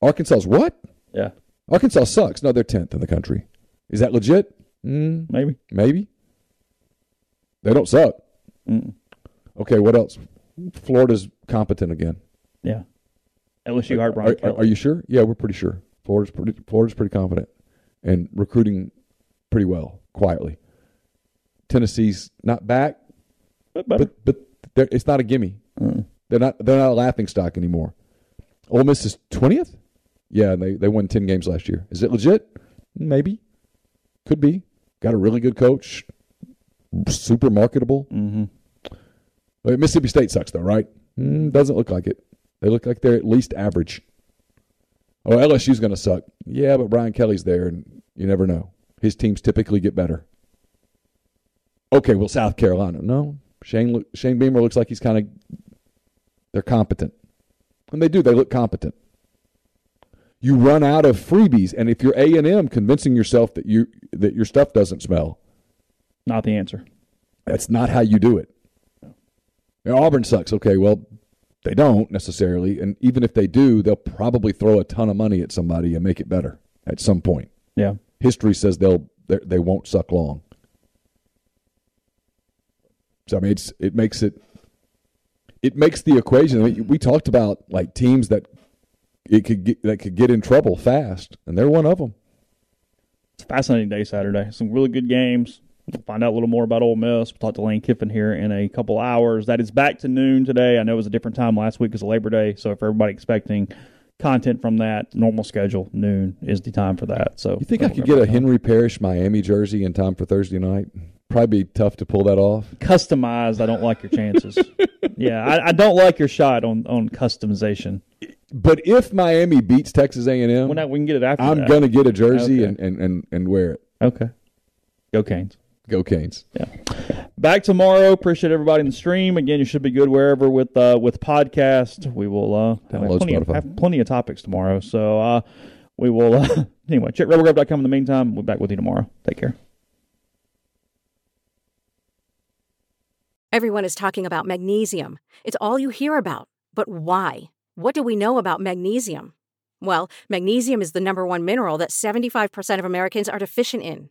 S6: Arkansas's what?
S5: Yeah.
S6: Arkansas sucks. No, they're tenth in the country. Is that legit? Mm,
S5: Maybe.
S6: maybe. They don't suck.
S5: Mm.
S6: Okay, what else? Florida's competent again.
S5: Yeah. LSU Heartburn.
S6: Are, are, are you sure? Yeah, we're pretty sure. Florida's pretty, Florida's pretty confident and recruiting pretty well quietly. Tennessee's not back,
S5: But better.
S6: but but they're, it's not a gimme. They're not they're not a laughing stock anymore. Ole Miss is twentieth. Yeah, and they they won ten games last year. Is it legit? Maybe, could be. Got a really good coach, super marketable. Mm-hmm. Mississippi State sucks though, right? Mm, doesn't look like it. They look like they're at least average. Oh, LSU's going to suck. Yeah, but Brian Kelly's there, and you never know. His teams typically get better. Okay, well, South Carolina. No, Shane look, Shane Beamer looks like he's kind of they're competent, and they do. They look competent. You run out of freebies, and if you're A and M, convincing yourself that you that your stuff doesn't smell,
S5: Not the answer.
S6: that's not how you do it. Now, Auburn sucks. Okay, well, they don't necessarily, and even if they do, they'll probably throw a ton of money at somebody and make it better at some point.
S5: Yeah.
S6: History says they'll they're- they won't suck long. So I mean, it's it makes it it makes the equation. I mean, we talked about like teams that it could get, that could get in trouble fast, and they're one of them.
S5: It's a fascinating day Saturday. Some really good games. We'll find out a little more about Ole Miss. We'll talk to Lane Kiffin here in a couple hours. That is back to noon today. I know it was a different time last week because of Labor Day. So for everybody expecting content from that normal schedule, noon is the time for that. So
S6: You think I could get a Henry Parrish Miami jersey in time for Thursday night? Probably be tough to pull that off.
S5: customized? I don't like your chances. yeah, I, I don't like your shot on on customization.
S6: But if Miami beats Texas A and
S5: Well, now
S6: M,
S5: we can get it after.
S6: I'm
S5: that.
S6: gonna get a jersey
S5: Okay.
S6: and, and, and, and wear it.
S5: Okay. Go Canes.
S6: Go Canes!
S5: back tomorrow. Appreciate everybody in the stream. Again, you should be good wherever with uh, with podcast. We will uh, have,
S6: Download
S5: plenty of,
S6: Spotify.
S5: have plenty of topics tomorrow. So uh, we will uh, anyway check rebelgrub.com in the meantime. We'll be back with you tomorrow. Take care.
S7: Everyone is talking about magnesium. It's all you hear about. But why? What do we know about magnesium? Well, magnesium is the number one mineral that 75% of Americans are deficient in.